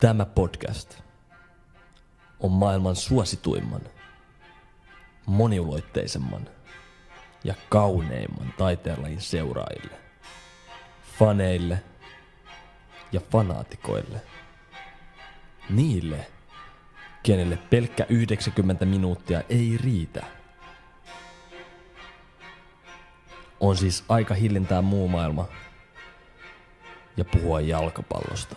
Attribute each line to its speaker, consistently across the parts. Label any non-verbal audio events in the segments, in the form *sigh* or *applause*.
Speaker 1: Tämä podcast on maailman suosituimman, moniuloitteisemman ja kauneimman taiteenlajin seuraajille, faneille ja fanaatikoille. Niille, kenelle pelkkä 90 minuuttia ei riitä. On siis aika hillintää muu maailma ja puhua jalkapallosta.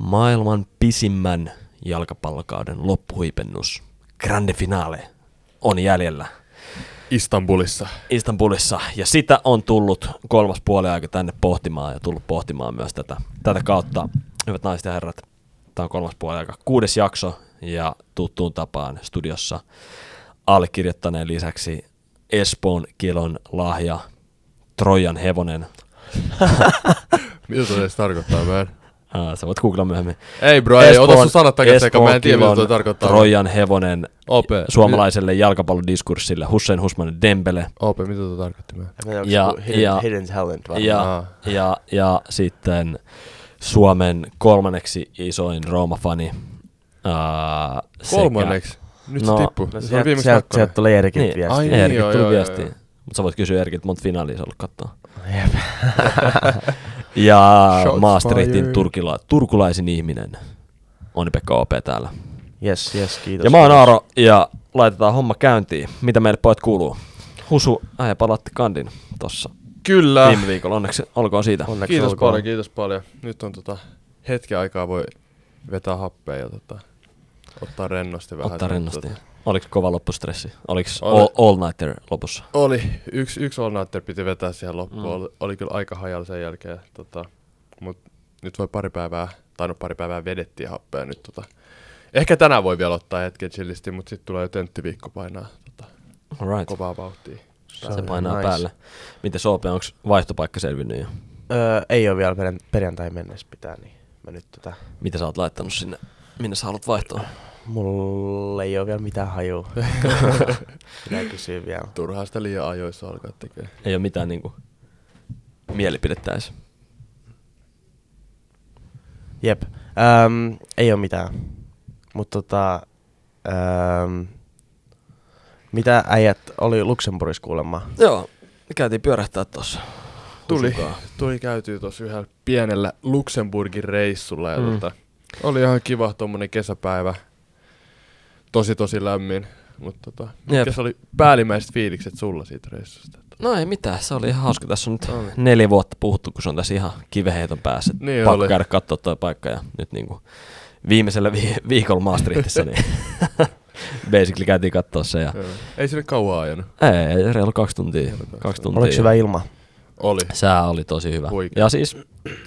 Speaker 1: Maailman pisimmän jalkapallokauden loppuhuipennus, grande finale, on jäljellä
Speaker 2: Istanbulissa.
Speaker 1: Istanbulissa. Ja sitä on tullut kolmas puoliaika tänne pohtimaan ja tullut pohtimaan myös tätä, tätä kautta. Hyvät naiset ja herrat, tämä on kolmas puoliaika, kuudes jakso ja tuttuun tapaan studiossa allekirjoittaneen lisäksi Espoon kilon lahja Trojan hevonen.
Speaker 2: Mitä toi edes tarkoittaa, mä en?
Speaker 1: Aa, sä voot googlaa myöhemmin.
Speaker 2: Ei bro, ei, ota sun
Speaker 1: Espoon-
Speaker 2: sanat takaisin, eikä mä en tiedä mitä
Speaker 1: Espoon
Speaker 2: toi
Speaker 1: kilon
Speaker 2: tarkoittaa.
Speaker 1: Trojan hevonen
Speaker 2: Ope.
Speaker 1: suomalaiselle jalkapallodiskurssille Hussein Husman Dembele.
Speaker 2: Ope, mitä toi tarkoitti mä? en?
Speaker 3: Mä en
Speaker 1: Ja-
Speaker 3: ja, hidden,
Speaker 1: ja-
Speaker 3: ja, hidden talent vaan. Ja,
Speaker 1: Ja,
Speaker 2: Aa.
Speaker 1: ja, ja sitten Suomen kolmanneksi isoin Rooma-fani. ää, sekä-
Speaker 2: Kolmanneksi. Nyt
Speaker 1: No,
Speaker 2: se tippu.
Speaker 3: no,
Speaker 2: se on
Speaker 3: sieltä,
Speaker 2: viimeksi
Speaker 3: sieltä,
Speaker 2: kakkonen.
Speaker 3: sieltä tuli Erikin
Speaker 1: Niin,
Speaker 3: niin, viesti.
Speaker 2: ai
Speaker 3: Ai,
Speaker 2: niin,
Speaker 1: Erkit
Speaker 2: joo,
Speaker 1: tuli
Speaker 2: joo,
Speaker 1: viesti.
Speaker 2: joo, joo.
Speaker 1: Mutta sä voit kysyä Erkiltä, monta finaalia sä ollut katsoa.
Speaker 3: Jep.
Speaker 1: *laughs* Ja
Speaker 2: Shots
Speaker 1: Maastrichtin
Speaker 2: fired.
Speaker 1: turkila, turkulaisin ihminen on Pekka OP täällä.
Speaker 3: Yes, yes, kiitos.
Speaker 1: Ja mä oon Aaro ja laitetaan homma käyntiin. Mitä meille pojat kuuluu? Husu, äijä palatti kandin tossa
Speaker 2: Kyllä.
Speaker 1: viime viikolla. Onneksi olkoon siitä.
Speaker 3: Onneksi
Speaker 2: Kiitos
Speaker 3: olkoon.
Speaker 2: paljon, kiitos paljon. Nyt on tota hetken aikaa voi vetää happea ja tota, ottaa rennosti vähän.
Speaker 1: Ottaa
Speaker 2: Tota,
Speaker 1: rennosti. Oliko niin, kova loppustressi? Oliko
Speaker 2: Oli.
Speaker 1: all, all nighter lopussa?
Speaker 2: Oli. Yksi, yksi all nighter piti vetää siihen loppuun. Oli, oli kyllä aika hajalla sen jälkeen. Tota, mut nyt voi pari päivää, tai no pari päivää vedettiin happea nyt. Tota. Ehkä tänään voi vielä ottaa hetken chillisti, mutta sitten tulee jo tenttiviikko painaa tota,
Speaker 1: All right.
Speaker 2: kovaa vauhtia.
Speaker 1: Se
Speaker 3: on
Speaker 1: painaa nice.
Speaker 3: nice.
Speaker 1: päälle. Miten OP, onko vaihtopaikka selvinnyt jo?
Speaker 3: Öö, ei ole vielä perjan, perjantai mennessä pitää, niin mä nyt tota...
Speaker 1: Mitä sä oot laittanut sinne? Minne sä haluat vaihtoa?
Speaker 3: Mulla ei ole vielä mitään
Speaker 1: *laughs*
Speaker 3: hajua. Pitää kysyä vielä.
Speaker 2: Turhaa sitä liian ajoissa alkaa tekemään.
Speaker 1: Ei ole mitään niinku mielipidettä edes.
Speaker 3: Jep. Öm, ei ole mitään. Mut tota... Öm, mitä äijät oli Luxemburgissa kuulemma?
Speaker 1: Joo, käytiin pyörähtää tossa.
Speaker 2: Tuli,
Speaker 1: Husukaa.
Speaker 2: tuli käytyy tuossa yhdellä pienellä Luxemburgin reissulla ja
Speaker 1: Mm.
Speaker 2: mm. tota, oli ihan kiva tuommoinen kesäpäivä. Tosi tosi lämmin. Mutta tota,
Speaker 1: Jep.
Speaker 2: mitkä oli päällimmäiset fiilikset sulla siitä reissusta?
Speaker 1: No ei mitään, se oli ihan hauska. Tässä on nyt neljä vuotta puhuttu, kun se on tässä ihan kiveheiton päässä.
Speaker 2: Niin
Speaker 1: Pakko
Speaker 2: oli.
Speaker 1: käydä katsoa toi paikka ja nyt niinku viimeisellä vi- viikolla Maastrichtissa, *laughs* niin basically käytiin katsoa se. Ja...
Speaker 2: Joo. Ei sinne kauan ajanut.
Speaker 1: Ei, ei, reilu kaksi tuntia.
Speaker 2: Reilu kaksi
Speaker 1: Kaksi tuntia.
Speaker 3: Oliko hyvä ilma?
Speaker 2: Oli.
Speaker 1: Sää oli tosi hyvä.
Speaker 2: Huikea.
Speaker 1: Ja siis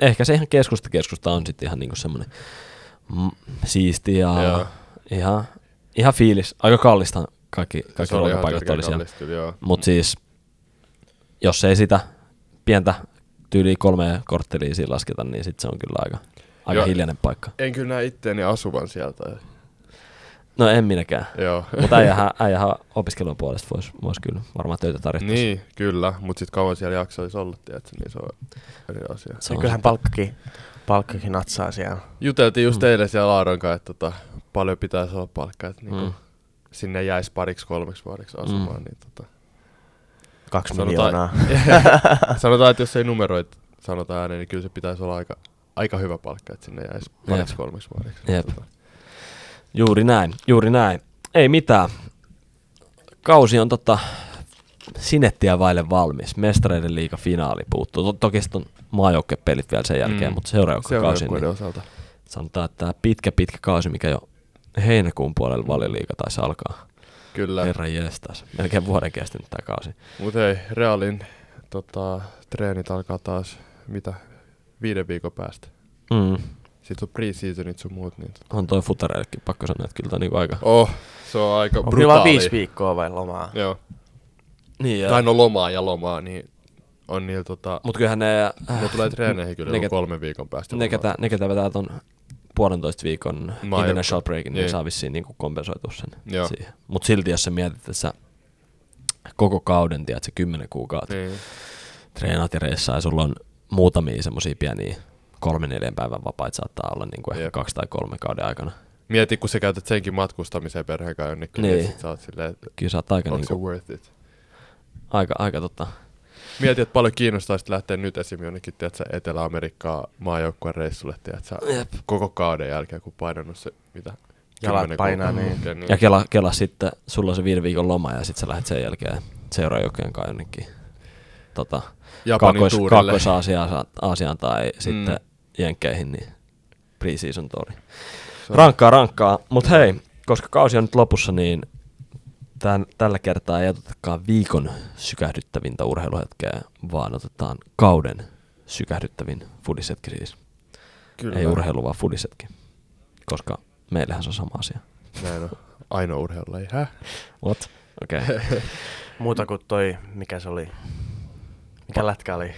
Speaker 1: ehkä se ihan keskusta keskusta on sitten ihan niinku semmoinen mm, siisti ja
Speaker 2: Joo.
Speaker 1: ihan, ihan fiilis. Aika kallista kaikki,
Speaker 2: Se
Speaker 1: kaikki
Speaker 2: oli ihan
Speaker 1: ruokapaikat
Speaker 2: törkeä
Speaker 1: oli siellä.
Speaker 2: kallista kyllä, joo.
Speaker 1: Mutta siis, jos ei sitä pientä tyyliä kolme korttelia siinä lasketa, niin sitten se on kyllä aika, aika
Speaker 2: Joo.
Speaker 1: hiljainen paikka.
Speaker 2: En kyllä näe itteeni asuvan sieltä.
Speaker 1: No en minäkään.
Speaker 2: Joo.
Speaker 1: Mutta äijähän, äijähän opiskelun puolesta voisi vois kyllä varmaan töitä tarjota.
Speaker 2: *laughs* niin, kyllä. Mutta sitten kauan siellä jaksoisi olla, tiedätkö, niin se on eri asia.
Speaker 1: Se on
Speaker 3: Kyllähän palkkakin, palkkakin natsaa siellä.
Speaker 2: Juteltiin just
Speaker 1: Mm.
Speaker 2: mm. teille siellä Aaron kanssa, että tota, paljon pitäisi olla palkkaa, että niinku,
Speaker 1: Mm.
Speaker 2: mm. sinne jäisi pariksi kolmeksi vuodeksi asumaan. Mm. Niin tota,
Speaker 3: Kaksi
Speaker 2: Sanotaan- *laughs*
Speaker 3: miljoonaa.
Speaker 2: sanotaan, että jos ei numeroit sanota ääneen, niin kyllä se pitäisi olla aika, aika hyvä palkka, että sinne jäisi pariksi
Speaker 1: Jep.
Speaker 2: kolmeksi vuodeksi.
Speaker 1: Jep.
Speaker 2: Tota,
Speaker 1: Juuri näin, juuri näin. Ei mitään. Kausi on totta sinettiä vaille valmis. Mestareiden liiga finaali puuttuu. To- toki sitten on maajoukkuepelit vielä sen jälkeen, mm.
Speaker 2: Mm.
Speaker 1: mutta seuraava kausi.
Speaker 2: seuraajoukkueiden
Speaker 1: Niin
Speaker 2: osalta.
Speaker 1: sanotaan, että tämä pitkä, pitkä kausi, mikä jo heinäkuun puolella valioliiga taisi alkaa,
Speaker 2: Kyllä.
Speaker 1: Herra jestas. Melkein vuoden kestänyt tämä kausi.
Speaker 2: Mutta hei, Realin tota, treenit alkaa taas mitä viiden viikon päästä.
Speaker 1: Mm.
Speaker 2: Sitten on pre-seasonit sun muut. Niin...
Speaker 1: On toi futareillekin pakko sanoa, että kyllä toi niinku aika...
Speaker 2: Oh, se on aika
Speaker 3: Onko niillä vaan
Speaker 2: brutaali.
Speaker 3: viisi viikkoa vai lomaa?
Speaker 2: Joo.
Speaker 1: Niin,
Speaker 2: Tai no lomaa ja lomaa, niin on niillä tota...
Speaker 1: Mut kyllähän ne,
Speaker 2: Ne tulee treeneihin kyllä
Speaker 1: ne,
Speaker 2: joku
Speaker 1: ket-
Speaker 2: kolmen viikon päästä.
Speaker 1: ne,
Speaker 2: lomaa.
Speaker 1: ketä, ne ketä vetää ton puolentoista viikon
Speaker 2: Mä oon-
Speaker 1: international breakin, niin
Speaker 2: Niin.
Speaker 1: saa vissiin niinku kompensoitua sen
Speaker 2: Joo.
Speaker 1: siihen. Mut silti jos sä mietit, että sä koko kauden, tiedät sä kymmenen kuukautta,
Speaker 2: Niin.
Speaker 1: treenaat ja reissaa ja sulla on muutamia semmosia pieniä kolmen neljän päivän vapaita saattaa olla niin kuin ehkä
Speaker 2: Jep.
Speaker 1: kaksi tai kolme kauden aikana.
Speaker 2: Mieti, kun sä käytät senkin matkustamiseen perheen kanssa jonnekin, niin,
Speaker 1: Niin.
Speaker 2: sit sä oot silleen, että
Speaker 1: Kyllä sä oot aika,
Speaker 2: onko
Speaker 1: niin
Speaker 2: se
Speaker 1: kuin,
Speaker 2: worth it?
Speaker 1: aika, aika tota,
Speaker 2: Mieti, että paljon kiinnostaisi lähteä nyt esim. jonnekin, tiedätkö, Etelä-Amerikkaa maajoukkueen reissulle, tiedätkö,
Speaker 1: Jep.
Speaker 2: koko kauden jälkeen, kun painannut se, mitä?
Speaker 3: Jalat
Speaker 2: kymmenen
Speaker 3: painaa,
Speaker 2: kuukautta
Speaker 3: niin.
Speaker 2: putkeen,
Speaker 1: ja kela, kela sitten, sulla on se viiden viikon loma ja sitten sä lähdet sen jälkeen seuraajoukkojen kanssa jonnekin tota,
Speaker 2: Japanin
Speaker 1: Kaakkois,
Speaker 2: tuurille. Mm.
Speaker 1: Kaakkois-Aasiaan Aasiaan tai sitten Jenkkeihin, niin pre-season touri.
Speaker 2: Se on-
Speaker 1: Rankkaa, rankkaa. Mutta hei, koska kausi on nyt lopussa, niin tän, tällä kertaa ei otetakaan viikon sykähdyttävintä urheiluhetkeä, vaan otetaan kauden sykähdyttävin fudishetki siis.
Speaker 2: Kyllä.
Speaker 1: Ei urheilu, vaan fudishetki. Koska meillähän se on sama asia.
Speaker 2: Näin on. Ainoa urheilu, ei häh?
Speaker 1: What? Okei. Okay.
Speaker 3: Muuta kuin toi, mikä se oli? Mikä lätkä oli?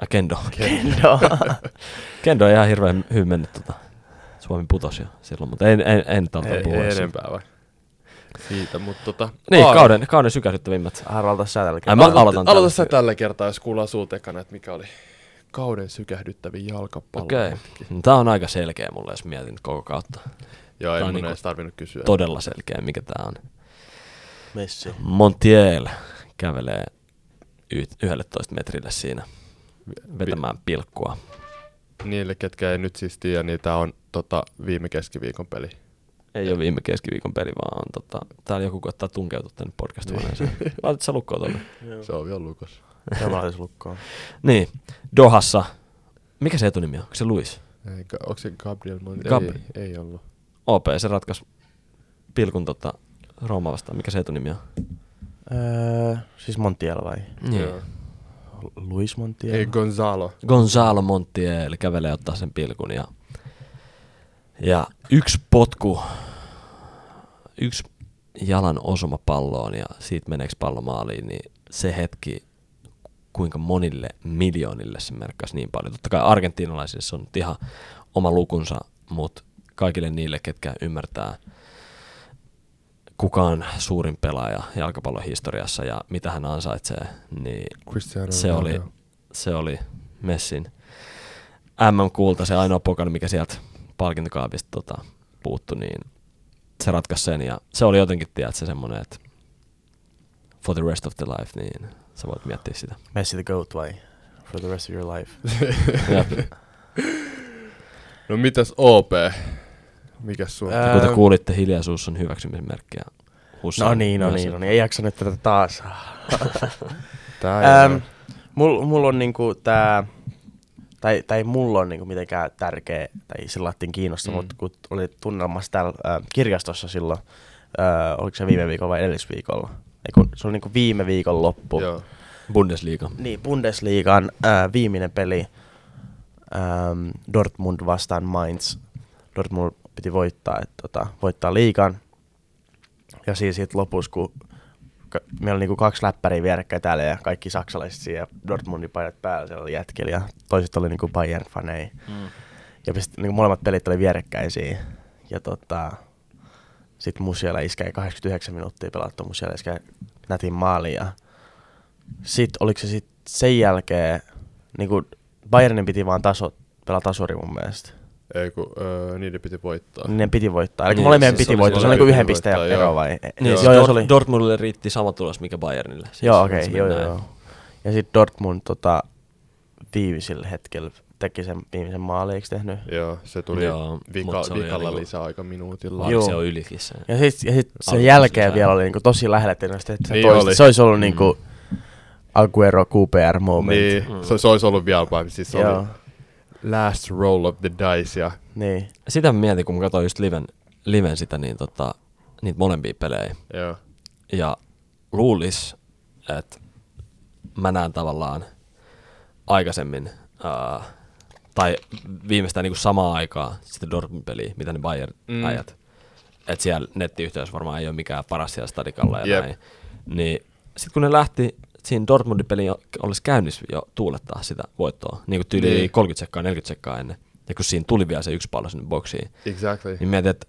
Speaker 1: Ah, Kendo.
Speaker 3: Kendo.
Speaker 1: *laughs*
Speaker 3: *laughs*
Speaker 1: Kendo on ihan hirveän hyvin mennyt tota. Suomi putosi jo silloin, mutta en, en, en
Speaker 2: Ei,
Speaker 1: tältä puhua.
Speaker 2: ei
Speaker 1: siitä.
Speaker 2: enempää vai? Siitä, mutta tota...
Speaker 1: Niin,
Speaker 2: Aaro,
Speaker 1: kauden, kauden sykähdyttävimmät.
Speaker 3: Arvalta sä tällä
Speaker 1: Ai
Speaker 3: kertaa.
Speaker 1: mä aloitan
Speaker 2: Aloita
Speaker 1: tällä.
Speaker 2: sä tällä kertaa, jos kuullaan sulta ekana, että mikä oli kauden sykähdyttävin jalkapallo.
Speaker 1: Okei. No, tää on aika selkeä mulle, jos mietin nyt koko kautta.
Speaker 2: Joo, ei
Speaker 1: Tää on
Speaker 2: mun
Speaker 1: niinku
Speaker 2: edes tarvinnut kysyä.
Speaker 1: Todella selkeä, mikä tää on.
Speaker 3: Messi.
Speaker 1: Montiel kävelee y- 11 metrille siinä vetämään pilkkua.
Speaker 2: Niille, ketkä ei nyt siis tiedä, niin tää on tota, viime keskiviikon peli.
Speaker 1: Ei ole viime keskiviikon peli, vaan on tota, täällä joku koittaa tunkeutua tänne podcast huoneeseen. Laitat sä lukkoon tuonne.
Speaker 2: Se on vielä lukas.
Speaker 3: Tämä laitas lukkoon.
Speaker 1: Niin, Dohassa. Mikä se etunimi on? Onko se Luis?
Speaker 2: Ei, Ga- onko se Gabriel Monti?
Speaker 1: Gabri-
Speaker 2: Ei, ei ollut.
Speaker 1: OP, se ratkaisi pilkun tota Rooma vastaan. Mikä se etunimi on?
Speaker 3: Öö, siis Montiel vai?
Speaker 1: Niin.
Speaker 2: Joo.
Speaker 3: Luis Montiel?
Speaker 2: Ei Gonzalo.
Speaker 1: Gonzalo Montiel kävelee ottaa sen pilkun ja, ja yksi potku, yksi jalan osuma palloon ja siitä meneekö pallo maaliin, niin se hetki, kuinka monille miljoonille se merkkasi niin paljon. Totta kai argentinalaisille se on nyt ihan oma lukunsa, mutta kaikille niille, ketkä ymmärtää kukaan suurin pelaaja jalkapallon historiassa ja mitä hän ansaitsee, niin
Speaker 2: Cristiano
Speaker 1: se oli,
Speaker 2: Ronaldo.
Speaker 1: se oli Messin MM-kulta, se ainoa pokali, mikä sieltä palkintokaapista tota, puuttu, niin se ratkaisi sen. Ja se oli jotenkin, tiedätkö, semmoinen, että for the rest of the life, niin sä voit miettiä sitä.
Speaker 3: *laughs* Messi the GOAT vai? For the rest of your life.
Speaker 1: Jep.
Speaker 2: No mitäs OP? Mikäs sun?
Speaker 3: Ää,
Speaker 1: Kuten kuulitte, hiljaisuus on hyväksymisen merkki. ja Hussein
Speaker 3: No niin, no
Speaker 1: myös.
Speaker 3: niin, no niin. Ei jaksa nyt tätä taas.
Speaker 2: Tää
Speaker 3: Ähm,
Speaker 2: ähm,
Speaker 3: mulla mul on niinku tää, tai, tai mulla on niinku mitenkään tärkeä, tai sillä lailla kiinnosta,
Speaker 2: Mm.
Speaker 3: mm. mutta kun oli tunnelmassa täällä äh, kirjastossa silloin, äh, oliko se viime viikolla vai edellisviikolla? Ei kun, se oli niinku viime viikon loppu.
Speaker 2: Joo.
Speaker 1: Bundesliga.
Speaker 3: Niin, Bundesliigan äh, viimeinen peli ähm, Dortmund vastaan Mainz. Dortmund piti voittaa, et, tota, voittaa liigan. Ja siis sit lopussa, kun ka- meillä oli niinku kaksi läppäriä vierekkäin täällä ja kaikki saksalaiset siellä Dortmundin paidat päällä siellä oli jätkillä ja toiset oli niinku Bayern-faneja.
Speaker 1: Mm.
Speaker 3: Ja pist, niinku molemmat pelit oli vierekkäisiä. Ja tota, sitten Musiala iskee 89 minuuttia pelattu, Musiala iskee nätin maalin. Ja sitten oliko se sitten sen jälkeen, niin kuin Bayernin piti vaan taso, pelaa tasuri mun mielestä.
Speaker 2: Ei kun öö, niiden piti voittaa.
Speaker 3: Niin ne piti voittaa. Eli
Speaker 1: Niin,
Speaker 3: niin, molemmien
Speaker 1: siis
Speaker 3: piti
Speaker 1: oli
Speaker 3: voittaa. Se oli
Speaker 2: semmoinen
Speaker 3: niin yhden
Speaker 2: piti
Speaker 3: pisteen
Speaker 2: voittaa, joo.
Speaker 3: ero vai?
Speaker 1: Niin,
Speaker 3: joo,
Speaker 1: joo,
Speaker 3: joo,
Speaker 1: Dor-
Speaker 3: se oli,
Speaker 1: Dortmundille riitti sama tulos, mikä Bayernille. Siis
Speaker 3: joo,
Speaker 1: se
Speaker 3: okei,
Speaker 1: meni
Speaker 3: joo, joo,
Speaker 1: näin.
Speaker 3: joo. Ja sitten Dortmund tota, viimeisellä hetkellä teki sen viimeisen maalin, eikö tehnyt?
Speaker 2: Joo, se tuli
Speaker 1: Joo,
Speaker 2: Joo,
Speaker 1: mut
Speaker 2: vika,
Speaker 1: se oli
Speaker 2: vikalla
Speaker 1: niinku-
Speaker 2: lisäaika minuutilla.
Speaker 1: Vai
Speaker 3: Joo.
Speaker 1: se on ylikin se.
Speaker 3: Ja sitten ja sit sen
Speaker 1: Alkuun
Speaker 3: jälkeen
Speaker 1: sisään. Mm.
Speaker 3: vielä oli niinku tosi lähellä, että se,
Speaker 2: Niin oli.
Speaker 3: niin se olisi ollut niinku Aguero QPR moment.
Speaker 2: Niin,
Speaker 1: Mm.
Speaker 2: se, se olisi ollut vielä parempi. Siis se
Speaker 3: Joo.
Speaker 2: oli last roll of the dice ja
Speaker 3: Niin.
Speaker 1: Sitä mä mietin, kun mä katsoin just liven, liven sitä, niin tota, niitä molempia pelejä.
Speaker 2: joo.
Speaker 1: ja luulis, että mä näen tavallaan aikaisemmin ää, tai viimeistään niin kuin samaan aikaan sitä Dortmund-peliä, mitä ne Bayern-ajat. Mm. Että siellä nettiyhteys varmaan ei ole mikään paras siellä stadikalla ja
Speaker 2: Jep.
Speaker 1: näin. Niin sitten kun ne lähti siinä Dortmundin peliin jo- olisi käynnissä jo tuulettaa sitä voittoa, niin kuin tyyli
Speaker 2: Niin.
Speaker 1: 30 sekkaa, 40 sekkaa ennen. Ja kun siinä tuli vielä se yksi pallo sinne boksiin,
Speaker 2: Exactly.
Speaker 1: niin mietin, että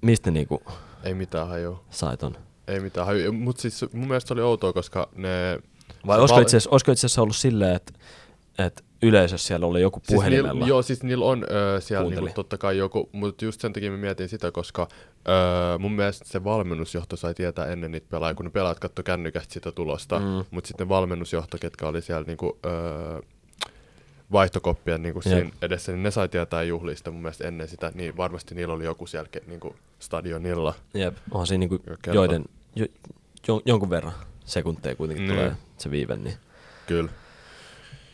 Speaker 1: mistä ne niinku
Speaker 2: Ei mitään hajua.
Speaker 1: sai ton.
Speaker 2: Ei mitään hajua. Mutta siis mun mielestä se oli outoa, koska ne...
Speaker 1: Vai
Speaker 2: se
Speaker 1: olisiko
Speaker 2: pal-
Speaker 1: itse, asiassa, olisiko itse asiassa ollut silleen, että, että yleisössä siellä oli joku
Speaker 2: Siis
Speaker 1: puhelimella?
Speaker 2: niil, joo, siis niillä on öö, siellä
Speaker 1: Kuunteli.
Speaker 2: niinku, totta kai joku, mutta just sen takia mä mietin sitä, koska öö, mun mielestä se valmennusjohto sai tietää ennen niitä pelaajia, kun ne pelaajat katsoi kännykästä sitä tulosta,
Speaker 1: Mm.
Speaker 2: mm. mutta sitten valmennusjohto, ketkä oli siellä niinku, öö, vaihtokoppien niinku
Speaker 1: Jep.
Speaker 2: siinä edessä, niin ne sai tietää juhlista mun mielestä ennen sitä, niin varmasti niillä oli joku siellä ke- niinku, stadionilla.
Speaker 1: Jep, onhan siinä niinku
Speaker 2: Kerta.
Speaker 1: joiden, jo, jo, jonkun verran sekunteja kuitenkin
Speaker 2: Niin.
Speaker 1: tulee se viive, niin
Speaker 2: Kyllä.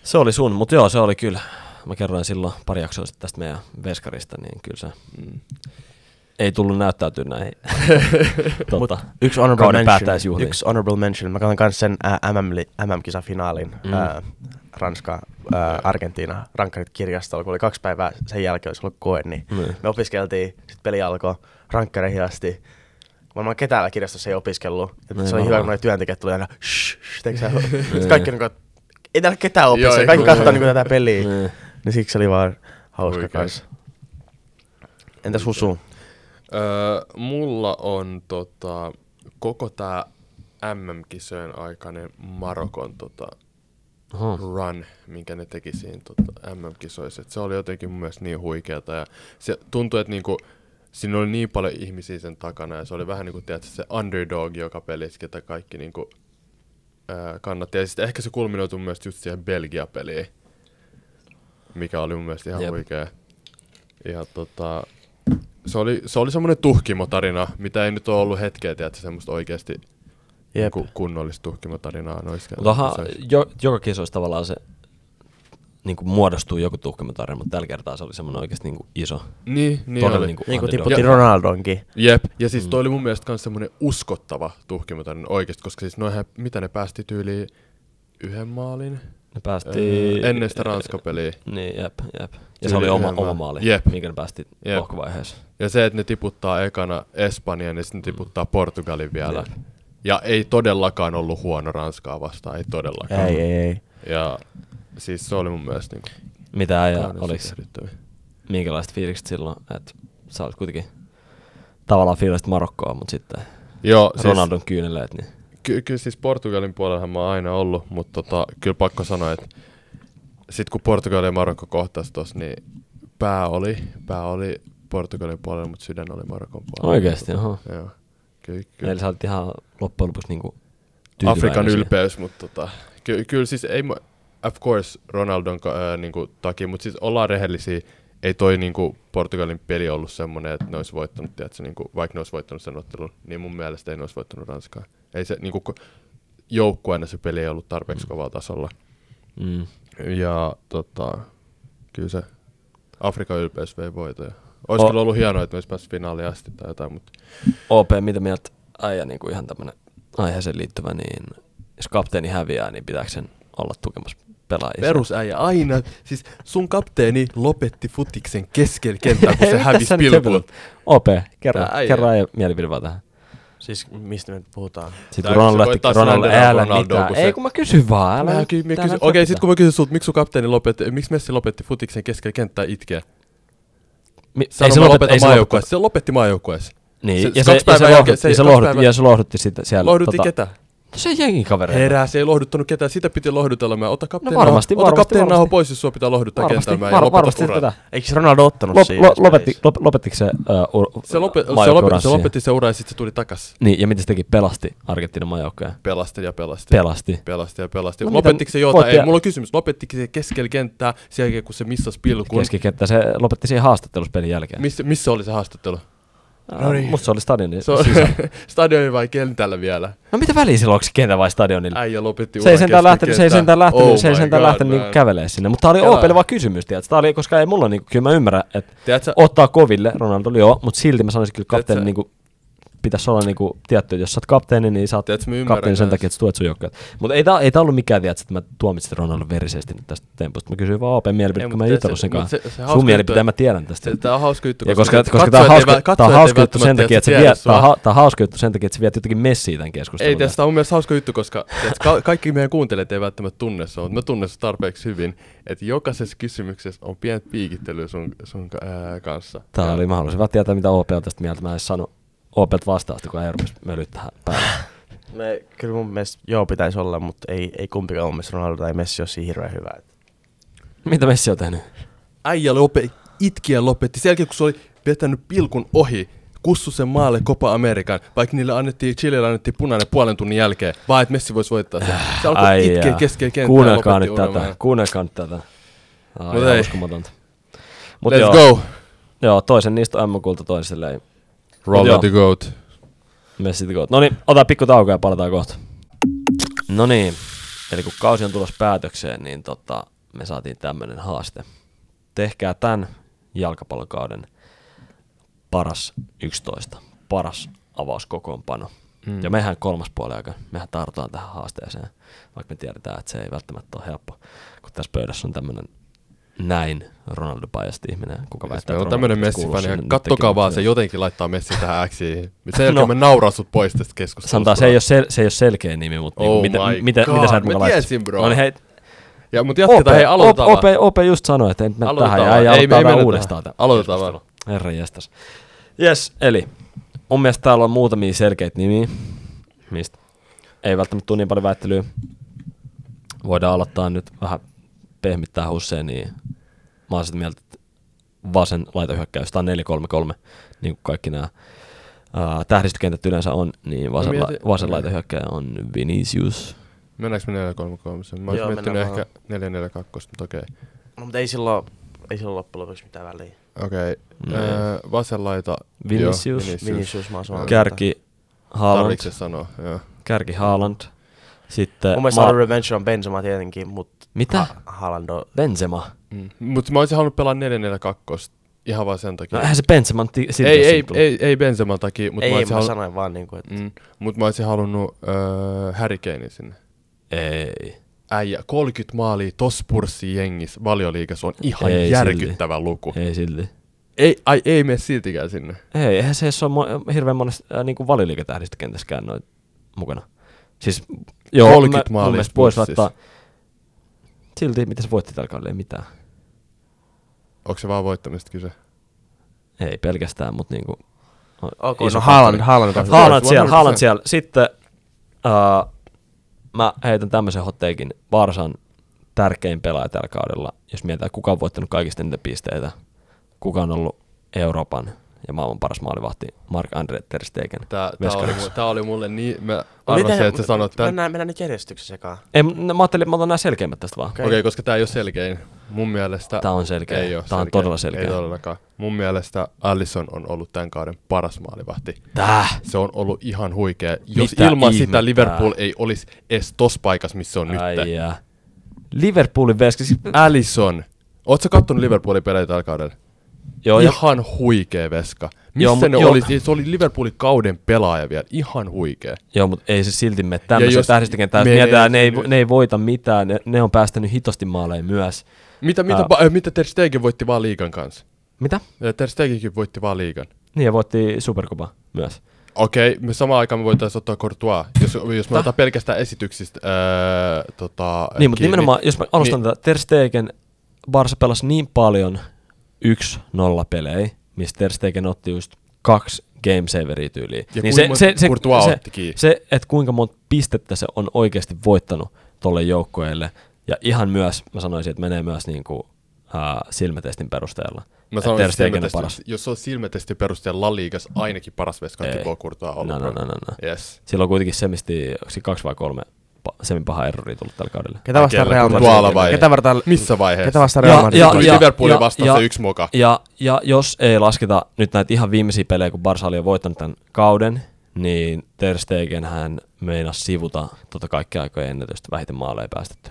Speaker 1: se oli sun, mutta joo, se oli kyllä. Mä kerroin silloin pari jaksoa sitten tästä meidän veskarista, niin kyllä se
Speaker 2: Mm.
Speaker 1: ei tullut näyttäytyä
Speaker 2: *laughs*
Speaker 1: näihin tota,
Speaker 3: Yksi honorable,
Speaker 1: kauden
Speaker 3: mention,
Speaker 1: päättäisjuhliin.
Speaker 3: yksi honorable mention. Mä katson myös sen ää, MM, li- MM-kisafinaalin
Speaker 1: Mm.
Speaker 3: mm. ää, Ranska, ää, Argentiina, rankkarit kirjastolla, kun oli kaksi päivää sen jälkeen, olisi ollut koe, niin
Speaker 1: Mm.
Speaker 3: me opiskeltiin, sitten peli alkoi rankkareihin asti. Varmaan ketään kirjastossa ei opiskellut. Et
Speaker 1: Ei
Speaker 3: se oli hyvä,
Speaker 1: Niin, varmaan.
Speaker 3: kun noi työntekijät tuli aina, shh,
Speaker 1: *laughs*
Speaker 3: shh, teikö sä? Sit kaikki niin kuin, ei täällä ketään
Speaker 2: Joo,
Speaker 3: opiskella,
Speaker 2: ei
Speaker 3: kaikki
Speaker 2: kukaan.
Speaker 3: katsoo niin tätä peliä.
Speaker 1: Mm.
Speaker 3: Niin siksi se oli vaan hauska
Speaker 2: Oikein.
Speaker 3: kanssa. Entäs Husu?
Speaker 2: Öö, mulla on tota, koko tää MM-kisojen aikainen Marokon tota,
Speaker 1: Oho.
Speaker 2: run, minkä ne teki siinä tota, MM-kisoissa. Et se oli jotenkin mun mielestä niin huikeata. Ja se tuntui, että niinku, siinä oli niin paljon ihmisiä sen takana ja se oli vähän niin kuin tiedätkö, se underdog joka pelissä, ketä kaikki niinku, ää, kannatti. Ja sitten ehkä se kulminoitu mun mielestä just siihen Belgia-peliin, mikä oli mun mielestä ihan
Speaker 1: Jep.
Speaker 2: Jep. huikea. Ja tota, se oli, se oli semmoinen tuhkimotarina, mitä ei nyt ole ollut hetkeä, tiedätkö, semmoista oikeasti
Speaker 3: Jep.
Speaker 2: ku- kunnollista tuhkimotarinaa noissa.
Speaker 1: Mutta aha,
Speaker 2: kisoissa.
Speaker 1: jo, joka kisoissa tavallaan se niin kuin muodostuu joku tuhkimatarja, mutta tällä kertaa se oli semmoinen oikeasti niin kuin iso.
Speaker 2: Niin, niin
Speaker 1: todella
Speaker 2: oli.
Speaker 1: niinku
Speaker 3: Niin kuin
Speaker 1: underdog.
Speaker 3: tiputti Ronaldonkin.
Speaker 2: Jep, ja siis toi mm. oli mun mielestä myös semmoinen uskottava tuhkimatarina oikeasti, koska siis noihän, mitä ne päästi tyyliin yhden maalin
Speaker 1: Ne päästiin...
Speaker 2: öö, ennen sitä Ranskapeliä.
Speaker 1: Niin, jep, jep. Ja se
Speaker 2: Tyyli
Speaker 1: oli oma,
Speaker 2: yhden
Speaker 1: oma
Speaker 2: maan.
Speaker 1: maali,
Speaker 2: Jep.
Speaker 1: minkä ne päästiin
Speaker 2: Jep.
Speaker 1: lohkovaiheessa.
Speaker 2: Ja se, että ne tiputtaa ekana Espanjan ja sitten ne tiputtaa Portugalin vielä.
Speaker 1: Jep.
Speaker 2: Ja ei todellakaan ollut huono Ranskaa vastaan, ei todellakaan.
Speaker 3: Ei, ei, ei.
Speaker 2: Ja siis se oli mun mielestä niinku
Speaker 1: Mitä äijä,
Speaker 2: kaunis
Speaker 1: oliks
Speaker 2: yllättävä.
Speaker 1: minkälaiset fiilikset silloin, että sä olit kuitenkin tavallaan fiilistä Marokkoa, mutta sitten
Speaker 2: Joo,
Speaker 1: siis...
Speaker 2: siis,
Speaker 1: Ronaldon kyyneleet, niin
Speaker 2: Ky- kyllä siis Portugalin puolella mä oon aina ollut, mutta tota, kyllä pakko sanoa, että sit kun Portugali ja Marokko kohtas tossa, niin pää oli, pää oli Portugalin puolella, mutta sydän oli Marokon puolella.
Speaker 1: Oikeesti,
Speaker 2: Tota,
Speaker 1: oho.
Speaker 2: Joo. Kyllä,
Speaker 1: Kyllä.
Speaker 2: kyllä.
Speaker 1: eli sä olit ihan loppujen lopuksi niinku tyytyväinen
Speaker 2: Afrikan
Speaker 1: siihen.
Speaker 2: ylpeys, mutta tota, ky- kyllä siis ei, ma- of course Ronaldon ka- ää, niinku, takia, mutta siis ollaan rehellisiä, ei toi niinku, Portugalin peli ollut semmoinen, että ne olisi voittanut, tiedätkö, niinku, vaikka ne olisi voittanut sen ottelun, niin mun mielestä ei ne olisi voittanut Ranskaa. Ei se niinku, ko- joukkueena se peli ei ollut tarpeeksi kovalla tasolla.
Speaker 1: Mm.
Speaker 2: Ja tota, kyllä se Afrikan ylpeys vei voitoja. Olisi
Speaker 1: O-
Speaker 2: kyllä ollut hienoa, että me olisi päässyt finaaliin asti tai jotain, mutta
Speaker 1: OP, mitä mieltä äijä niinku ihan tämmönen aiheeseen liittyvä, niin jos kapteeni häviää, niin pitääkö sen olla tukemassa pelaajia?
Speaker 2: Perusäijä aina, siis sun kapteeni lopetti futiksen keskellä
Speaker 1: *laughs*
Speaker 2: kenttää, kun
Speaker 1: Ei,
Speaker 2: se
Speaker 1: mitä
Speaker 2: hävisi
Speaker 1: sä nyt
Speaker 2: pilkun.
Speaker 1: höpötät? OP, kerro,
Speaker 2: Tää äijä.
Speaker 1: kerro äijä mielipidevaa tähän.
Speaker 3: Siis mistä me nyt puhutaan?
Speaker 1: Sitten
Speaker 2: Tää
Speaker 1: kun
Speaker 2: se
Speaker 1: Ronaldo lähti,
Speaker 2: koittaa
Speaker 1: Ronaldo,
Speaker 2: slanderaa
Speaker 1: älä
Speaker 2: Ronaldoa,
Speaker 1: mitään.
Speaker 2: kun se-
Speaker 1: Ei kun mä kysyn vaan, älä.
Speaker 2: Mä ky- mä
Speaker 1: älä
Speaker 2: kysyn, okei, sit
Speaker 1: läpytä.
Speaker 2: kun mä kysyn sut, miksi sun kapteeni lopetti, miksi Messi lopetti futiksen keskellä kenttää itkeä?
Speaker 1: Mi-
Speaker 2: Sano, ei
Speaker 1: se
Speaker 2: se
Speaker 1: lopeta-
Speaker 2: lopeta
Speaker 1: ei se
Speaker 2: maajoukkueessa. Se lopetti maajoukkueessa.
Speaker 1: Niin,
Speaker 2: Se-
Speaker 1: ja se,
Speaker 2: se kaksi
Speaker 1: ja se,
Speaker 2: päivää jälkeen-
Speaker 1: lohdutti,
Speaker 2: se-
Speaker 1: ja se,
Speaker 2: kaksi
Speaker 1: lohdutti,
Speaker 2: päivää-
Speaker 1: ja se lohdutti sitä siellä.
Speaker 2: Lohdutti ketä?
Speaker 1: No se jengi kavereita.
Speaker 2: Herää, se ei lohduttanut ketään. Sitä piti lohdutella. Mä ota kapteeni,
Speaker 1: No varmasti,
Speaker 2: ota
Speaker 1: varmasti,
Speaker 2: kapteeni
Speaker 1: varmasti.
Speaker 2: nauho pois, jos sua pitää lohduttaa
Speaker 1: Varmasti,
Speaker 2: kentällä.
Speaker 1: var, varmasti tätä.
Speaker 3: Eikö se Ronaldo ottanut
Speaker 1: Lop,
Speaker 3: siinä?
Speaker 1: lo,
Speaker 3: yhdessä
Speaker 1: lopetti,
Speaker 3: pelissä?
Speaker 1: lop, lopettiko se, uh, ur,
Speaker 2: Se, lopet, se,
Speaker 1: maajoukkueuran
Speaker 2: lopetti, se
Speaker 1: siihen?
Speaker 2: lopetti se ura ja sitten se tuli takas.
Speaker 1: Niin, ja miten se teki? Pelasti Argentiinan maajoukkoja.
Speaker 2: Pelasti ja pelasti.
Speaker 1: Pelasti.
Speaker 2: Pelasti ja pelasti.
Speaker 1: No
Speaker 2: No,
Speaker 1: mitä-
Speaker 2: lopettiko se jotain?
Speaker 1: voittaja-
Speaker 2: Ei, mulla on kysymys. Lopettiko se keskellä kenttää sen jälkeen, kun se missasi pilkun?
Speaker 1: Keskikenttä. Se lopetti siihen haastattelussa pelin jälkeen.
Speaker 2: Miss, missä oli se haastattelu?
Speaker 1: Ää, Musta se oli stadionin
Speaker 2: No niin. Se on *laughs*
Speaker 1: sisällä.
Speaker 2: stadionilla vai kentällä vielä?
Speaker 1: No mitä väliä sillä on, onko se kentän vai stadionilla?
Speaker 2: Äijä lopetti
Speaker 1: Se ei
Speaker 2: uran
Speaker 1: sentään
Speaker 2: kesken
Speaker 1: lähtenyt, se ei
Speaker 2: kenttää.
Speaker 1: sentään lähtenyt,
Speaker 2: Oh
Speaker 1: se ei
Speaker 2: my
Speaker 1: sentään
Speaker 2: God,
Speaker 1: lähtenyt niinku
Speaker 2: man.
Speaker 1: kävelee sinne. Mutta tää oli
Speaker 2: Elä.
Speaker 1: Opelle vaan kysymys, tiedätkö? Tää oli, koska ei mulla niinku, kyllä mä ymmärrän, että
Speaker 2: Tiedätkö,
Speaker 1: ottaa koville, Ronaldo oli joo, mutta silti mä sanoisin kyllä
Speaker 2: Tiedätkö-
Speaker 1: kapteeni niinku pitäisi olla niinku, tietty, että jos sä oot kapteeni, niin sä oot
Speaker 2: Tiedätkö, mä ymmärrän
Speaker 1: kapteeni sen
Speaker 2: nää.
Speaker 1: takia, että sä tuet sun joukkueet. Mutta ei, tää, ei tää ollut mikään, tiedätkö, että mä tuomitsin Ronaldon verisesti nyt tästä tempusta. Mä kysyin vaan Open mielipiteet, kun mä en jutellut sen kanssa. Sun mielipiteet mä tiedän tästä.
Speaker 2: Tämä on hauska juttu.
Speaker 1: Ja koska, koska, tämä on hauska, tää on hauska juttu sen takia, että se vie, tää on, ha- tää on hauska juttu sen takia, että se viet jotenkin messiin tämän keskustelun.
Speaker 2: Ei, tästä on mun mielestä hauska juttu, koska tiedätkö, ka- kaikki meidän kuuntelijat ei välttämättä tunne sua, mutta mä tunnen sua tarpeeksi hyvin, että jokaisessa kysymyksessä on pientä piikittelyä sun, sun ää, kanssa.
Speaker 1: Tää
Speaker 2: Ja-
Speaker 1: oli, mä haluaisin vaan tietää, mitä OP on tästä mieltä. Mä en edes sano OPlta vastausta, kun Aero mölyt tähän päälle.
Speaker 2: *laughs*
Speaker 3: Me, kyllä mun mielestä joo pitäisi olla, mutta ei, ei kumpikaan mun mielestä Ronaldo tai Messi ole siinä hirveän hyvä. Et.
Speaker 1: Mitä Messi on tehnyt?
Speaker 2: äijä lope, itkien lopetti. Sen jälkeen, kun se oli vetänyt pilkun ohi, kussu sen maalle Copa Amerikan, vaikka niille annettiin, Chilelle annettiin punainen puolen tunnin jälkeen, vaan että Messi voisi voittaa sen. Se alkoi
Speaker 1: Äh, Ai
Speaker 2: itkeä
Speaker 1: jaa.
Speaker 2: keskellä kenttää.
Speaker 1: Kuunnelkaa
Speaker 2: ja
Speaker 1: nyt
Speaker 2: lopetti
Speaker 1: tätä,
Speaker 2: urheilemaan.
Speaker 1: kuunnelkaa nyt tätä. Ai,
Speaker 2: Mut
Speaker 1: ihan
Speaker 2: ei.
Speaker 1: uskomatonta. Mut
Speaker 2: Let's
Speaker 1: joo,
Speaker 2: go!
Speaker 1: Joo, toisen niistä on M-kulta, toiselle ei.
Speaker 2: Roll
Speaker 1: Joo.
Speaker 2: out the goat.
Speaker 1: Messi the goat. Noniin, No niin, ota pikku tauko ja palataan kohta. Noniin, eli kun kausi on tulossa päätökseen, niin tota, me saatiin tämmönen haaste. Tehkää tämän jalkapallokauden paras 11, paras avauskokoonpano. Mm. Ja mehän kolmas puoli aika, mehän tartutaan tähän haasteeseen, vaikka me tiedetään, että se ei välttämättä ole helppo, kun tässä pöydässä on tämmöinen näin Ronaldo paijasti ihminen, kuka väittää,
Speaker 2: Meillä on
Speaker 1: että
Speaker 2: tämmönen
Speaker 1: Ronaldo kuuluu
Speaker 2: Messi-fani.
Speaker 1: sinne niin
Speaker 2: Kattokaa
Speaker 1: nytkin,
Speaker 2: vaan,
Speaker 1: mutta-
Speaker 2: se jotenkin laittaa Messi tähän Xiin. Sen jälkeen
Speaker 1: No.
Speaker 2: no. mä nauraan sut pois tästä keskustelusta.
Speaker 1: Sanotaan, se ei ole, sel- se ei ole selkeä nimi, mutta niinku,
Speaker 2: Oh
Speaker 1: mitä,
Speaker 2: my
Speaker 1: mitä,
Speaker 2: God,
Speaker 1: mitä sä et
Speaker 2: mä
Speaker 1: mukaan laittaa?
Speaker 2: tiesin, bro.
Speaker 1: No niin, hei,
Speaker 2: Ja, mut jatketaan, hei, aloitetaan
Speaker 1: OP,
Speaker 2: vaan.
Speaker 1: OP just sanoi, että ei nyt mennä
Speaker 2: Aloitetaan
Speaker 1: tähän ja
Speaker 2: vaan.
Speaker 1: ei,
Speaker 2: Ei- ei
Speaker 1: aloitetaan
Speaker 2: mennä
Speaker 1: vähän
Speaker 2: tähän.
Speaker 1: uudestaan. tämä
Speaker 2: Aloitetaan
Speaker 1: keskustelu. Herra jestas. Yes, eli mun mielestä täällä on muutamia selkeitä nimiä, mistä ei välttämättä tule niin paljon väittelyä. Voidaan aloittaa nyt vähän pehmittää Husseiniin. Mä oon sitä mieltä, että vasen laitohyökkäys, tämä on 4-3-3, niin kuin kaikki nämä Uh, tähdistökentät yleensä on, niin vasen, la-
Speaker 2: mietin-
Speaker 1: vasen laitohyökkäjä on Vinicius.
Speaker 2: Mennäänkö me 4-3-3? Mä
Speaker 3: Joo,
Speaker 2: olisin miettinyt
Speaker 3: mennään
Speaker 2: ehkä 4-4-2, mutta okei.
Speaker 3: No, mutta ei silloin, ei silloin loppujen lopuksi mitään väliä.
Speaker 2: Okei.
Speaker 1: Mm.
Speaker 2: Öö, Vasen laita.
Speaker 1: Vinicius.
Speaker 2: Joo,
Speaker 3: Vinicius, mä oon samaa mieltä.
Speaker 1: Kärki Haaland.
Speaker 2: Tarvitse sanoa, joo.
Speaker 1: Kärki Haaland. Sitten
Speaker 3: Mun mielestä Ah. Ma- Revenge on Benzema tietenkin, mutta
Speaker 1: Mitä?
Speaker 3: Haaland on...
Speaker 1: Benzema.
Speaker 2: Mm. Mutta mä olisin halunnut pelaa 4-4-2 ihan vaan sen
Speaker 1: No
Speaker 2: takia.
Speaker 1: eihän se Benzema ti- silti
Speaker 2: ei,
Speaker 1: ole
Speaker 2: ei,
Speaker 1: sinne
Speaker 2: ei, ei Benzeman takia, mutta
Speaker 3: ei,
Speaker 2: mä,
Speaker 3: mä,
Speaker 2: olisin halu-
Speaker 3: sanoin vaan niinku, että...
Speaker 2: mm, mut mä olisin halunnut öö, Harry Kanein sinne.
Speaker 1: tullut. ei.
Speaker 2: Äijä, 30 maalia tospurssi jengissä valioliigassa on ihan
Speaker 1: Ei
Speaker 2: ei järkyttävä silti. luku. Ei.
Speaker 1: Ei silti.
Speaker 2: ei, ai ei mene siltikään sinne.
Speaker 1: Ei, eihän se edes ole mo- hirveän monesta äh, niin valiliikatähdistökentässäkään noin mukana. Siis, joo,
Speaker 2: 30
Speaker 1: mä, mun
Speaker 2: maalia
Speaker 1: mielestä voisi
Speaker 2: pussissa.
Speaker 1: laittaa... Silti, mitä se voitti tällä kaudella, ei mitään.
Speaker 2: Onko se vaan voittamista kyse?
Speaker 1: Ei pelkästään, mutta niinku... on
Speaker 3: Okei,
Speaker 1: iso
Speaker 3: no Haaland,
Speaker 1: faktori.
Speaker 3: Haaland
Speaker 2: Haaland.
Speaker 3: on...
Speaker 1: Haaland
Speaker 2: Yes,
Speaker 1: siellä,
Speaker 2: 100%.
Speaker 1: Haaland siellä. Sitten uh, mä heitän tämmöisen hotteikin. Varsan tärkein pelaaja tällä kaudella, jos mietitään kuka on voittanut kaikista niitä pisteitä, kuka on ollut Euroopan ja maailman paras maalivahti, Mark Andre Ter Stegen.
Speaker 2: Tää, tää, oli,
Speaker 1: Veskariksi.
Speaker 2: mu- tää oli mulle niin... Mä arvasin, että sä sanot tän.
Speaker 3: Mennään, mennään nyt järjestyksessä sekaan.
Speaker 1: Ei, no, mä ajattelin, että mä otan nämä selkeimmät tästä vaan.
Speaker 3: Okei.
Speaker 2: Okei, okay, koska tää ei ole selkein. Mun mielestä...
Speaker 1: Tää on selkeä.
Speaker 2: Ei oo
Speaker 1: Tää on todella selkeä.
Speaker 2: Ei todellakaan. Mun mielestä Allison on ollut tämän kauden paras maalivahti.
Speaker 1: Tää!
Speaker 2: Se on ollut ihan huikea. Jos
Speaker 1: Mitä
Speaker 2: ilman
Speaker 1: ihmettä?
Speaker 2: sitä Liverpool ei olisi edes tossa paikassa, missä se on
Speaker 1: Ai
Speaker 2: nyt.
Speaker 1: jää. Liverpoolin veski. Siis,
Speaker 2: Allison. Ootko sä kattonut Liverpoolin pelejä tällä kaudella?
Speaker 1: joo, ja,
Speaker 2: ihan huikea veska.
Speaker 1: Joo,
Speaker 2: Missä
Speaker 1: mut-
Speaker 2: ne
Speaker 1: joo.
Speaker 2: oli? Siis Se oli Liverpoolin kauden pelaaja vielä. Ihan huikea.
Speaker 1: joo, mutta ei se silti mene tämmöisen
Speaker 2: jos
Speaker 1: tähdistökentään. Jos
Speaker 2: menee
Speaker 1: mietitään, ne ei,
Speaker 2: sinne-
Speaker 1: ne ei voita mitään. Ne, ne on päästänyt hitosti maaleja myös.
Speaker 2: Mitä, mitä,
Speaker 1: Ää.
Speaker 2: ba- äh, mitä Ter Stegen voitti vaan liigan kanssa?
Speaker 1: Mitä?
Speaker 2: Ja Ter Stegenkin voitti vaan liigan.
Speaker 1: Niin, ja voitti Superkupa myös.
Speaker 2: Okei, me samaan aikaan me voitaisiin ottaa Courtois, jos, jos me
Speaker 1: Täh?
Speaker 2: otetaan pelkästään esityksistä öö, tota,
Speaker 1: Niin, mutta
Speaker 2: kiinni.
Speaker 1: nimenomaan, jos mä alustan niin. tätä, Ter Stegen, Barca pelasi niin paljon 1-0 pelejä, missä Ter Stegen otti just kaksi game saveria tyyliin.
Speaker 2: Ja
Speaker 1: niin
Speaker 2: kuinka monta Courtois
Speaker 1: se,
Speaker 2: otti kiinni?
Speaker 1: se, että kuinka monta pistettä se on oikeasti voittanut tolle joukkueelle. Ja ihan myös, mä sanoisin, että menee myös niin kuin, uh, silmätestin perusteella.
Speaker 2: Mä
Speaker 1: Että
Speaker 2: sanon,
Speaker 1: Ter
Speaker 2: että
Speaker 1: Stegen on
Speaker 2: silmätesti-
Speaker 1: paras.
Speaker 2: Jos se on silmätestin perusteella La Ligassa ainakin paras veska
Speaker 1: Ei.
Speaker 2: Thibaut Courtois ollut.
Speaker 1: No, no, no, no, no.
Speaker 2: Yes.
Speaker 1: Sillä on kuitenkin semisti, onko se kaksi vai kolme pa- semin paha erroria tullut tällä kaudella.
Speaker 3: Ketä vastaan
Speaker 2: Kellä?
Speaker 3: Real
Speaker 2: Courtois vai-
Speaker 3: Madrid? Ketä vastaan...
Speaker 2: Missä vaiheessa?
Speaker 3: Ketä vastaan Real Madrid?
Speaker 2: ja- Liverpoolin vastaan se yksi moka.
Speaker 1: Ja, ja jos ei lasketa nyt näitä ihan viimeisiä pelejä, kun Barca oli jo voittanut tämän kauden, niin Ter Stegen hän meinasi sivuta tota kaikkia aikojen ennätystä vähiten maaleja päästetty.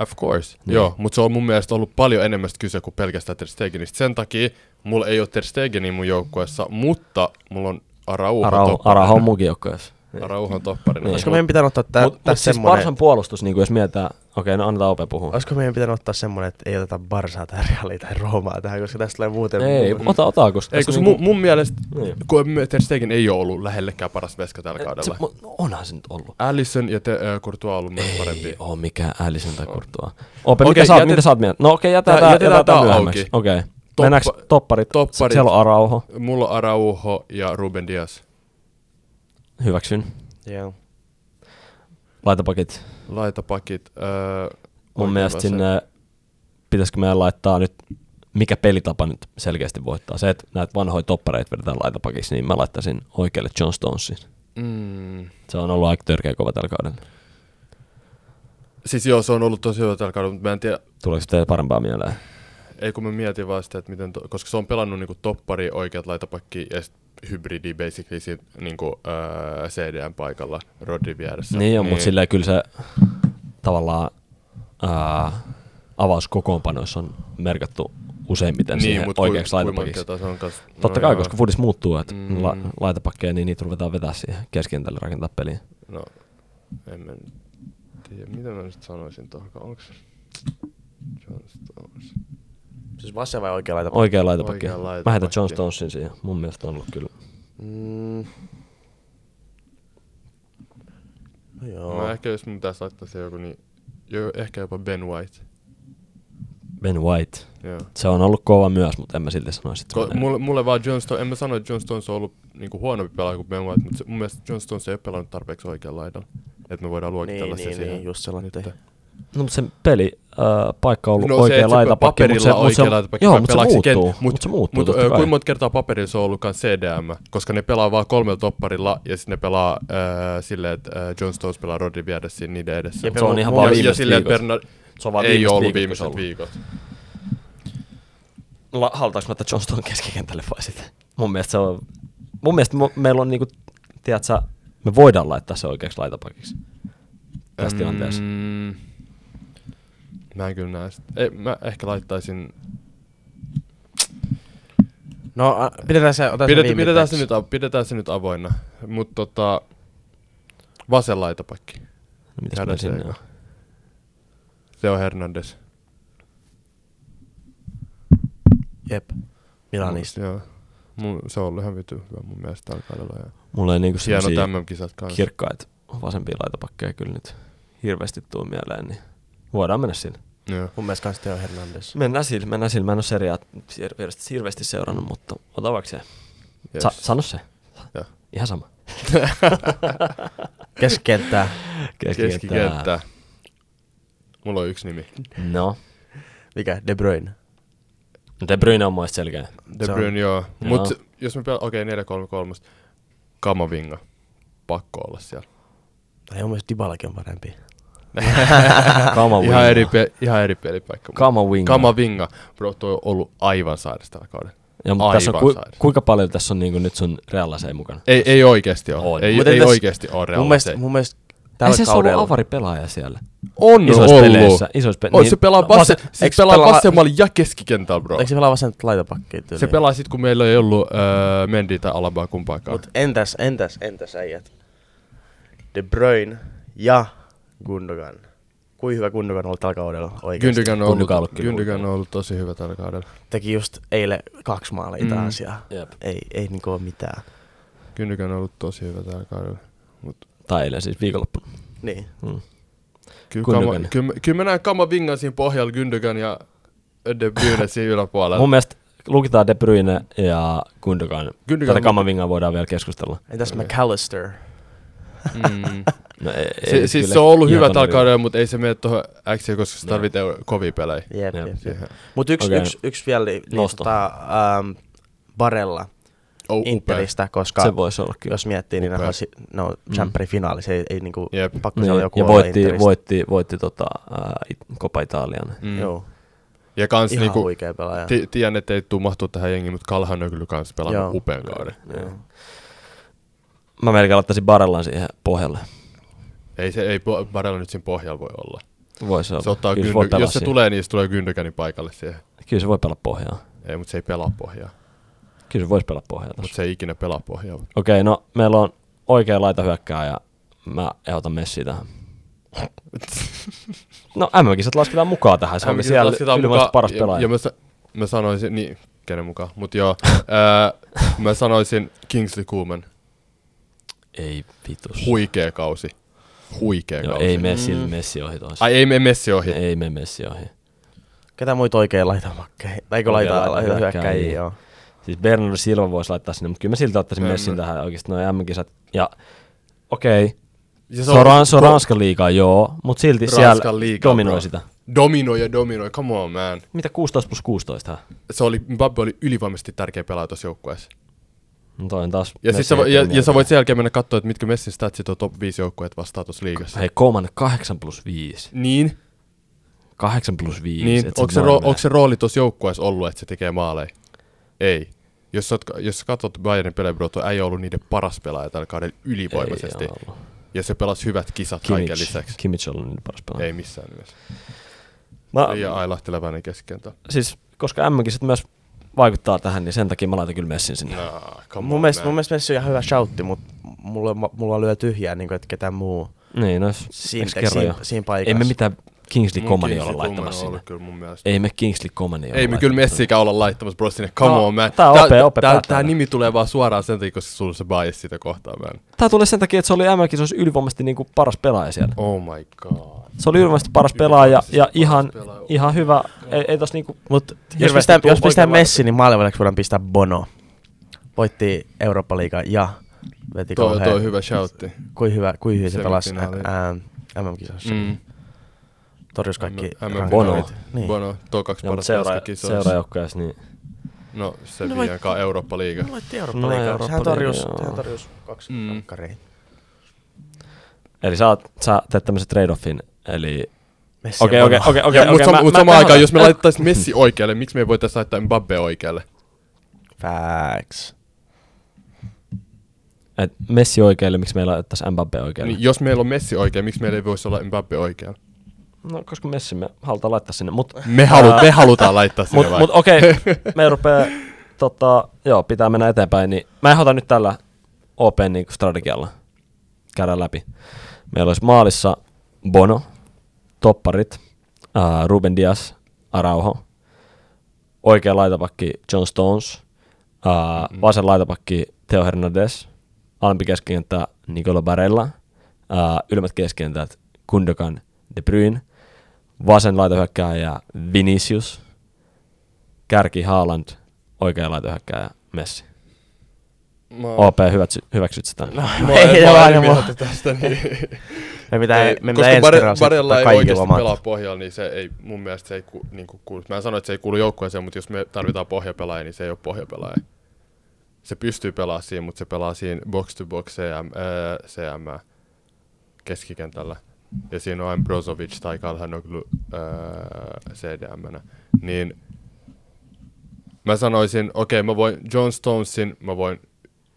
Speaker 2: Of course. Niin. Joo, mutta se on mun mielestä ollut paljon enemmän sitä kyse kuin pelkästään Ter Stegenistä. Sen takia mulla ei ole Ter Stegeniä mun joukkueessa, mutta mulla on Arauho,
Speaker 1: Arauho,
Speaker 2: topparina.
Speaker 1: Arauho on munkin joukkueessa.
Speaker 2: Arauho on topparina.
Speaker 1: Niin.
Speaker 3: Olisiko
Speaker 1: mut-
Speaker 3: meidän pitänyt ottaa tä,
Speaker 1: Mutta mut
Speaker 3: tässä
Speaker 1: siis
Speaker 3: semmoinen,
Speaker 1: Barsan puolustus, niin jos mietitään, okei, no annetaan Ope puhua.
Speaker 3: olisiko meidän pitänyt ottaa semmoinen, että ei oteta Barsaa tai Realia tai Roomaa tähän, koska tästä tulee muuten...
Speaker 1: Ei,
Speaker 3: muuten-
Speaker 1: ota, ota, koska
Speaker 2: Ei,
Speaker 1: tässä
Speaker 2: kun se
Speaker 1: niinku-
Speaker 2: mun, mun mielestä,
Speaker 1: Niin.
Speaker 2: kun Ter Stegen ei ole ollut lähellekään paras veska tällä
Speaker 1: se,
Speaker 2: kaudella.
Speaker 1: mu- no onhan se nyt ollut.
Speaker 2: Allison ja te, äh, Courtois on ollut myös parempi.
Speaker 1: Ei oo mikään Älisen tai Kurtua. Ope,
Speaker 2: Okei,
Speaker 1: mikä sä oot,
Speaker 2: jätet-
Speaker 1: mitä sä oot mieltä? No okei, okay, jätetään,
Speaker 2: Tää-
Speaker 1: jätetään,
Speaker 2: jätetään
Speaker 1: jätetään tää
Speaker 2: tää
Speaker 1: myöhemmäksi.
Speaker 2: auki.
Speaker 1: Okei. Okay.
Speaker 2: Toppa-
Speaker 1: Mennäänkö topparit?
Speaker 2: topparit.
Speaker 1: topparit? Siellä on Arauho.
Speaker 2: Mulla on Arauho ja Ruben Dias.
Speaker 1: Hyväksyn.
Speaker 3: Joo.
Speaker 1: Laitapakit.
Speaker 2: Laitapakit. Äh,
Speaker 1: Mun
Speaker 2: oikein
Speaker 1: mielestä
Speaker 2: vasen.
Speaker 1: sinne, äh, pitäisikö meidän laittaa nyt, mikä pelitapa nyt selkeästi voittaa. Se, että näitä vanhoja toppareita vedetään laitapakiksi, niin mä laittaisin oikealle John Stonesin.
Speaker 2: Mm.
Speaker 1: Se on ollut aika törkeä kova tällä kaudella.
Speaker 2: Siis joo, se on ollut tosi hyvä tällä kaudella, mutta mä en tiedä,
Speaker 1: Tuleeko teille parempaa mieleen?
Speaker 2: ei kun mä mietin vaan sitä, että miten, to, koska se on pelannut niinku toppari, oikeat laitapakki ja sit hybridi basically siinä niinku, öö, CDM-paikalla Rodri vieressä.
Speaker 1: Niin on, mutta silleen kyllä se tavallaan ää, avauskokoonpanoissa on merkattu useimmiten niin, siihen oikeaksi laitapakiksi.
Speaker 2: Se on kas,
Speaker 1: Totta
Speaker 2: no
Speaker 1: kai,
Speaker 2: joo.
Speaker 1: koska futis muuttuu, että
Speaker 2: Mm.
Speaker 1: mm. la, laitapakkeja, niin niitä ruvetaan vetää siihen keskikentälle rakentaa peliä.
Speaker 2: No, en mä nyt tiedä, mitä mä nyt sanoisin tuohon, onko se John Stones?
Speaker 3: Siis vasen vai oikea laita?
Speaker 1: Oikea laitapakki.
Speaker 2: Oikea laitapakki.
Speaker 1: Mä heitän John Stonesin siihen. Mun mielestä on ollut kyllä.
Speaker 3: Mm. No
Speaker 2: No.
Speaker 3: joo.
Speaker 2: Mä ehkä jos mun pitäisi laittaa se joku, niin jo, ehkä jopa Ben White.
Speaker 1: Ben White.
Speaker 2: Joo.
Speaker 1: Se on ollut kova myös, mutta en mä silti sanoisi, että se
Speaker 2: Ko,
Speaker 1: on
Speaker 2: mulle, mulle vaan John Stones, en mä sano, että John Stones on ollut niinku huonompi pelaaja kuin Ben White, mutta se, mun mielestä John Stones ei ole pelannut tarpeeksi oikealla laidalla. Että me voidaan luokitella
Speaker 3: Niin,
Speaker 2: se
Speaker 3: niin,
Speaker 2: siihen.
Speaker 3: niin, just sellainen.
Speaker 2: Nyt.
Speaker 1: No, mutta sen peli, äh, paikka on ollut
Speaker 2: No
Speaker 1: no,
Speaker 2: se,
Speaker 1: oikea
Speaker 2: että se
Speaker 1: laitapakki, mutta
Speaker 2: paperilla
Speaker 1: se, mut se,
Speaker 2: oikea laitapakki,
Speaker 1: joo,
Speaker 2: vai
Speaker 1: mutta se
Speaker 2: pelaako se
Speaker 1: muuttuu.
Speaker 2: kent- mut-
Speaker 1: Mutta se muuttuu,
Speaker 2: Mutta
Speaker 1: totta kai.
Speaker 2: kuinka monta kertaa paperilla se on ollut kans CDM, koska ne pelaa vaan kolmella topparilla ja sitten ne pelaa äh, silleen, että äh, John Stones pelaa Rodri vieressä niiden edessä.
Speaker 3: Jep,
Speaker 1: Se on ihan
Speaker 3: Mua-
Speaker 2: ja,
Speaker 1: vaan
Speaker 3: mua-
Speaker 2: ja
Speaker 1: viimeiset
Speaker 2: silleen, että
Speaker 1: viikot.
Speaker 2: Bernard
Speaker 1: Se on vaan
Speaker 2: ei
Speaker 1: viimeiset
Speaker 2: ole ollut
Speaker 1: viikot, kun se
Speaker 2: viimeiset
Speaker 1: on ollut.
Speaker 2: viikot.
Speaker 1: La, halutaanko mä, että Johnston keskikentälle vai sitä? Mun mielestä se on... Mun mielestä mu, meillä on niinku... Tiedätkö, me voidaan laittaa se oikeaksi laitapakiksi. Tässä mm. tilanteessa.
Speaker 2: Mm, Mä en kyllä näe sitä. Ei, mä ehkä laittaisin...
Speaker 3: No, a, pidetään se, otetaan
Speaker 2: Pidet,
Speaker 3: se
Speaker 2: pidetään, se nyt, av- pidetään se nyt avoinna. Mutta tota, vasen laitapakki.
Speaker 1: No, mitäs
Speaker 2: Käydään
Speaker 1: meillä sinne
Speaker 2: se
Speaker 1: on?
Speaker 2: eka. Theo Hernandez.
Speaker 3: Jep. Milanista.
Speaker 2: Mut, Joo. Mun, se on ollut ihan vitu hyvä mun mielestä tällä kaudella. Ja
Speaker 1: Mulla ei niinku
Speaker 2: hieno
Speaker 1: semmosia
Speaker 2: tämän kisat kanssa. Kir-
Speaker 1: kirkkaita vasempia laitapakkeja kyllä nyt hirveästi tuu mieleen, niin voidaan mennä sillä.
Speaker 2: Joo.
Speaker 3: Mun mielestä kans Teo Hernandez.
Speaker 1: Mennään sillä, mennään sillä. Mä en ole seriaa hirveästi, hirveästi seurannut, mutta ota vaikka se.
Speaker 2: Yes.
Speaker 1: Sa, sano se.
Speaker 2: Joo.
Speaker 1: Ihan sama.
Speaker 3: Keskikenttää.
Speaker 2: Keskikenttä. Mulla on yksi nimi.
Speaker 1: No.
Speaker 3: Mikä? De Bruyne.
Speaker 1: De Bruyne on mun mielestä selkeä.
Speaker 2: De
Speaker 3: Se on-
Speaker 2: Bruyne, joo.
Speaker 1: Joo.
Speaker 2: Mut jos me pelaan, okei, 4-3-3. Kamavinga. Pakko olla siellä.
Speaker 3: Tai mun mielestä Dybalakin on parempi.
Speaker 1: Kamavinga.
Speaker 2: Ihan eri, pe- ihan eri pelipaikka.
Speaker 1: Kamavinga.
Speaker 2: Kamavinga. Bro, toi on ollut aivan sairas tällä kaudella.
Speaker 1: Ja, mutta
Speaker 2: aivan
Speaker 1: tässä on, ku,
Speaker 2: sairas.
Speaker 1: kuinka paljon tässä on niin nyt sun reallaseen mukana?
Speaker 2: Ei, ei oikeesti ole.
Speaker 1: On.
Speaker 2: Ei,
Speaker 3: Mut
Speaker 2: ei
Speaker 3: entäs-
Speaker 2: oikeesti ole Real
Speaker 3: mun
Speaker 2: Madrid.
Speaker 3: mielestä, mun mielestä
Speaker 1: Ei
Speaker 3: tällä
Speaker 1: se ollut
Speaker 3: kaudella.
Speaker 1: avari pelaaja siellä.
Speaker 2: On
Speaker 1: Isoissa
Speaker 2: ollut.
Speaker 1: peleissä, isoissa pe-
Speaker 2: on,
Speaker 1: niin-
Speaker 2: se pelaa,
Speaker 1: no,
Speaker 2: vasen,
Speaker 1: vasen-
Speaker 2: siis
Speaker 3: eikö
Speaker 2: pelaa
Speaker 3: pelaa-
Speaker 2: vasemmalla ja keskikentällä, bro.
Speaker 3: Eikö se pelaa vasenta laitapakkia tyyliin?
Speaker 2: Se pelaa sit, kun meillä ei ollut öö, Mendy tai Alabaa kumpaakaan.
Speaker 3: Mut entäs, entäs, entäs äijät? De Bruyne ja Gundogan. Kuin hyvä Gundogan on ollut tällä kaudella oikeesti.
Speaker 2: Gündogan on, ollut,
Speaker 1: Gundogan on kyllä
Speaker 2: Gündogan on
Speaker 1: huikea.
Speaker 2: ollut tosi hyvä tällä kaudella.
Speaker 3: Teki just eilen kaksi maalia
Speaker 2: Mm.
Speaker 3: mm. taas ja
Speaker 1: Jep.
Speaker 3: ei, ei niinku oo mitään.
Speaker 2: Gündogan on ollut tosi hyvä tällä kaudella. Mut
Speaker 1: Tai eilen siis viikonloppuna.
Speaker 3: Niin.
Speaker 1: Mm.
Speaker 2: kyllä,
Speaker 1: Gündogan.
Speaker 2: kama, kyllä, kyllä mä näen Kamavingan siinä pohjalla, Gündogan ja De Bruyne siinä yläpuolella.
Speaker 1: Mun mielestä lukitaan De Bruyne ja Gundogan.
Speaker 2: Gundogan-
Speaker 1: Tätä Kamavingaa voidaan vielä keskustella.
Speaker 3: Entäs McAllister?
Speaker 2: Mm.
Speaker 1: No, ei,
Speaker 2: Se,
Speaker 1: ei
Speaker 2: siis
Speaker 1: kyllä
Speaker 2: se on ollut
Speaker 1: ihan
Speaker 2: hyvä
Speaker 1: tonne
Speaker 2: tällä
Speaker 1: vielä.
Speaker 2: kaudella, mutta ei se mene tuohon X, koska sä
Speaker 1: Joo.
Speaker 2: tarvitsee kovia pelejä.
Speaker 1: Jep.
Speaker 3: Jep, jep, jep.
Speaker 2: Siihen.
Speaker 3: Mut yksi,
Speaker 1: Okei.
Speaker 3: okay. yksi, yksi vielä niin,
Speaker 1: Nosto.
Speaker 3: tota, ähm, Barella
Speaker 2: Oh, upea.
Speaker 3: Interistä, koska
Speaker 1: Se voisi olla kyllä.
Speaker 3: jos miettii, niin
Speaker 2: Upea.
Speaker 3: nehän si- ne on Champerin finaali, se ei, ei niinku
Speaker 2: Jep.
Speaker 3: pakko
Speaker 1: Niin,
Speaker 3: siellä joku
Speaker 1: ja
Speaker 3: olla
Speaker 1: voitti,
Speaker 3: Interistä.
Speaker 1: voitti, voitti tota, ää, It- Copa Italian.
Speaker 2: Mm.
Speaker 3: Joo,
Speaker 2: Ja kans
Speaker 3: ihan
Speaker 2: niinku,
Speaker 3: huikea pelaaja.
Speaker 2: ti- tiedän, että ei tuu mahtua tähän jengiin, mutta Kalhan on kyllä kans pelannut
Speaker 3: Joo.
Speaker 2: upean kauden.
Speaker 3: Joo.
Speaker 1: Mä melkein laittaisin Barellan siihen pohjalle.
Speaker 2: Ei se, ei po- Barella nyt siinä pohjalla voi olla.
Speaker 1: Voisi olla.
Speaker 2: Se ottaa
Speaker 1: No, kyllä, se voi
Speaker 2: Gündogan,
Speaker 1: pelaa
Speaker 2: jos se
Speaker 1: siihen.
Speaker 2: tulee, niin se tulee Gündoganin paikalle siihen.
Speaker 1: kyllä se voi pelaa pohjaa.
Speaker 2: Ei, mutta se ei pelaa pohjaa.
Speaker 1: Kyllä No se voisi pelata pohjalta.
Speaker 2: Mutta se ei ikinä pelaa pohjalla.
Speaker 1: Okei, okay, no meillä on oikea laita hyökkää ja mä ehdotan Messi tähän. No MM-kisat lasketaan mukaan tähän, se on
Speaker 2: MK:n
Speaker 1: siellä
Speaker 2: lasketaan
Speaker 1: ylivoimaisesti
Speaker 2: mukaan-
Speaker 1: paras pelaaja.
Speaker 2: Ja, ja mä, sa- mä, sanoisin, niin, kenen mukaan,
Speaker 1: *laughs*
Speaker 2: mutta joo, ää, mä sanoisin Kingsley Kuuman.
Speaker 1: Ei vitus.
Speaker 2: Huikea kausi. Huikea
Speaker 1: Joo,
Speaker 2: kausi.
Speaker 1: ei mene mm. Messi ohi tuossa.
Speaker 2: Ai ei mene Messi ohi.
Speaker 1: Ei mene Messi ohi.
Speaker 3: Ketä muita oikein laitamakkeja? Tai
Speaker 1: Oikein
Speaker 3: eikö laita laita
Speaker 1: laitahyökkääjiä.
Speaker 3: hyökkäjiä? Joo.
Speaker 1: Siis Bernardo Silva voisi laittaa sinne, mutta kyllä mä silti ottaisin
Speaker 2: En mä.
Speaker 1: Messin tähän oikeasti noin MM-kisat. Ja okei, okay.
Speaker 2: Ja
Speaker 1: se, on, ran, se on Ranskan liigaa, joo, mutta silti siellä liiga, dominoi
Speaker 2: bro.
Speaker 1: sitä.
Speaker 2: Dominoi ja dominoi, come on man.
Speaker 1: Mitä 16 plus 16? hä?
Speaker 2: Se oli, Mbappe oli ylivoimaisesti tärkeä pelaaja tuossa joukkueessa.
Speaker 1: No toi on taas...
Speaker 2: Ja, sit
Speaker 1: Messi
Speaker 2: sä, vo- ja,
Speaker 1: tekemiä.
Speaker 2: ja sä voit sen jälkeen mennä katsoa, että mitkä Messin statsit on top 5 joukkueet vastaan tuossa liigassa.
Speaker 1: Hei, Koman 8 plus 5.
Speaker 2: Niin,
Speaker 1: 8 plus 5.
Speaker 2: niin onko se, ro- onko se rooli tuossa joukkueessa ollut, että se tekee maaleja? Ei. Jos sä, oot, jos sä katsot Bayernin pelejä, bro, tuo äijä on ollut niiden paras pelaaja tällä kaudella ylivoimaisesti. Ja se pelasi hyvät kisat kaiken
Speaker 1: Kimmich.
Speaker 2: lisäksi.
Speaker 1: Kimmich Ah. on ollut nyt paras pelaaja.
Speaker 2: Ei missään nimessä.
Speaker 1: Mä,
Speaker 2: Liian ailahtelevainen keskentää.
Speaker 1: siis, koska M-kisat myös vaikuttaa tähän, niin sen takia mä laitan kyllä Messin sinne.
Speaker 2: Nah, Ah, come
Speaker 3: Mun
Speaker 2: on,
Speaker 3: mielestä,
Speaker 2: man.
Speaker 3: mun mielestä Messi on ihan hyvä shoutti, mutta mulla, mulla lyö tyhjää, niin kuin, että ketä muu.
Speaker 1: Niin, no jos
Speaker 3: Siin-
Speaker 1: eikö kerro
Speaker 3: siin-
Speaker 1: jo?
Speaker 3: siinä paikassa.
Speaker 1: Ei me mitään Kingsley
Speaker 2: Mun
Speaker 1: Comania
Speaker 2: Kingsley
Speaker 1: olla
Speaker 2: Coman
Speaker 1: laittamassa
Speaker 2: on
Speaker 1: sinne.
Speaker 2: ollut Kyllä mun mielestä.
Speaker 1: Ei me Kingsley Comania olla
Speaker 2: Ei me kyllä
Speaker 1: laittamassa
Speaker 2: Messiäkään olla laittamassa bro sinne, come
Speaker 1: No,
Speaker 2: on man.
Speaker 1: tää on
Speaker 2: Tää-
Speaker 1: Ope, Ope
Speaker 2: tää-
Speaker 1: päättää
Speaker 2: Tää
Speaker 1: tän.
Speaker 2: nimi tulee vaan suoraan sen takia, koska sulla on se bias sitä kohtaan man.
Speaker 1: sinne. Tää tulee sen takia, että se oli MM-kisoissa ylivoimaisesti niin kuin paras pelaaja siellä.
Speaker 2: Oh my god.
Speaker 1: Se oli ylivoimaisesti paras pelaaja ja
Speaker 2: paras
Speaker 1: ihan,
Speaker 2: pelaaja.
Speaker 1: ihan hyvä. Ei, ei tos niinku...
Speaker 3: Mut, jos
Speaker 1: Hirveästi
Speaker 3: pistää,
Speaker 1: tuu
Speaker 3: jos pistää
Speaker 1: oikein
Speaker 3: Messi, niin maalivahdiksi voidaan pistää Bono. Voitti eurooppa liigaa ja veti
Speaker 2: Toi,
Speaker 3: kauhean.
Speaker 2: toi on hyvä shoutti.
Speaker 3: Kui hyvä, kui hyvin se pelasi
Speaker 2: Semifinaali.
Speaker 3: ää, ää, MM-kisoissa. Mm.
Speaker 2: Mm.
Speaker 3: Torjus kaikki
Speaker 2: MM
Speaker 3: rankkarit.
Speaker 1: Bono.
Speaker 3: Niin.
Speaker 2: Bono, tuo kaksi
Speaker 1: Joo, mutta
Speaker 2: parasta
Speaker 1: seura,
Speaker 2: jaskakisoissa.
Speaker 1: seurajoukkueessa, niin...
Speaker 2: No, se
Speaker 3: No
Speaker 2: no,
Speaker 3: vai-
Speaker 2: viiankaan Eurooppa-liiga.
Speaker 3: Voitti
Speaker 1: No,
Speaker 3: Eurooppa-liigaa. No, sehän
Speaker 1: Eurooppa-liiga,
Speaker 3: torjus,
Speaker 1: joo.
Speaker 3: sehän torjus kaksi
Speaker 2: Mm.
Speaker 3: mm.
Speaker 1: Eli sä, oot, sä teet tämmöisen trade-offin, eli...
Speaker 3: Messi
Speaker 1: Okei,
Speaker 2: *laughs*
Speaker 3: ja
Speaker 1: okei,
Speaker 3: Bono.
Speaker 1: okei, okei.
Speaker 2: Okay, mutta
Speaker 1: okei,
Speaker 2: sama,
Speaker 1: mä-
Speaker 2: mut
Speaker 1: mä-
Speaker 2: samaan
Speaker 1: mä-
Speaker 2: aikaan, jos me laittaisiin Messi oikealle, miksi me ei voitaisiin laittaa Mbappe oikealle?
Speaker 3: Facts.
Speaker 1: Et Messi oikealle, miksi meillä on tässä Mbappe oikealle?
Speaker 2: Niin, jos meillä on Messi oikein, miksi meillä ei voisi olla Mbappe oikealla?
Speaker 1: No, koska Messi me halutaan laittaa sinne, mut...
Speaker 2: Me, halu-
Speaker 1: Ää,
Speaker 2: me halutaan laittaa sinne
Speaker 1: Mut,
Speaker 2: vai?
Speaker 1: mut
Speaker 2: *laughs*
Speaker 1: okei, me rupee, tota, joo, pitää mennä eteenpäin, niin mä ehdotan nyt tällä Open niin strategialla käydä läpi. Meillä olisi maalissa Bono, Topparit, ää, Ruben Dias, Arauho, oikea laitapakki John Stones, ää, vasen laitapakki Theo Hernandez, alempi keskikenttä Nicola Barella, ää, ylemmät keskikentät Kundokan De Bruyne, vasen laitahyökkääjä Vinicius, kärki Haaland, oikea laitahyökkääjä Messi.
Speaker 2: Mä-
Speaker 1: OP, hyväksy, hyväksyt sitä. No,
Speaker 2: Mä,
Speaker 3: Ei,
Speaker 2: ei,
Speaker 3: ei
Speaker 2: mä,
Speaker 3: vaan
Speaker 2: mä,
Speaker 3: mua.
Speaker 2: mä, tästä, niin.
Speaker 3: Me pitää,
Speaker 2: Ei,
Speaker 3: ei, me
Speaker 2: koska
Speaker 3: pitää ensi
Speaker 2: Bare-
Speaker 3: kerralla
Speaker 2: Barella
Speaker 3: sitten
Speaker 2: ei
Speaker 3: kaikki
Speaker 2: oikeasti
Speaker 3: lomat.
Speaker 2: pelaa pohjalla, niin se ei, mun mielestä se ei ku, niin kuin kuulu. Mä en sano, että se ei kuulu joukkueeseen, mutta jos me tarvitaan pohjapelaaja, niin se ei ole pohjapelaaja. Se pystyy pelaamaan siinä, mutta se pelaa siinä box to box CM, äh, CM keskikentällä. Ja siinä on Brozovic tai Kalhanoglu äh, cdm Niin mä sanoisin, okei, mä voin John Stonesin, mä voin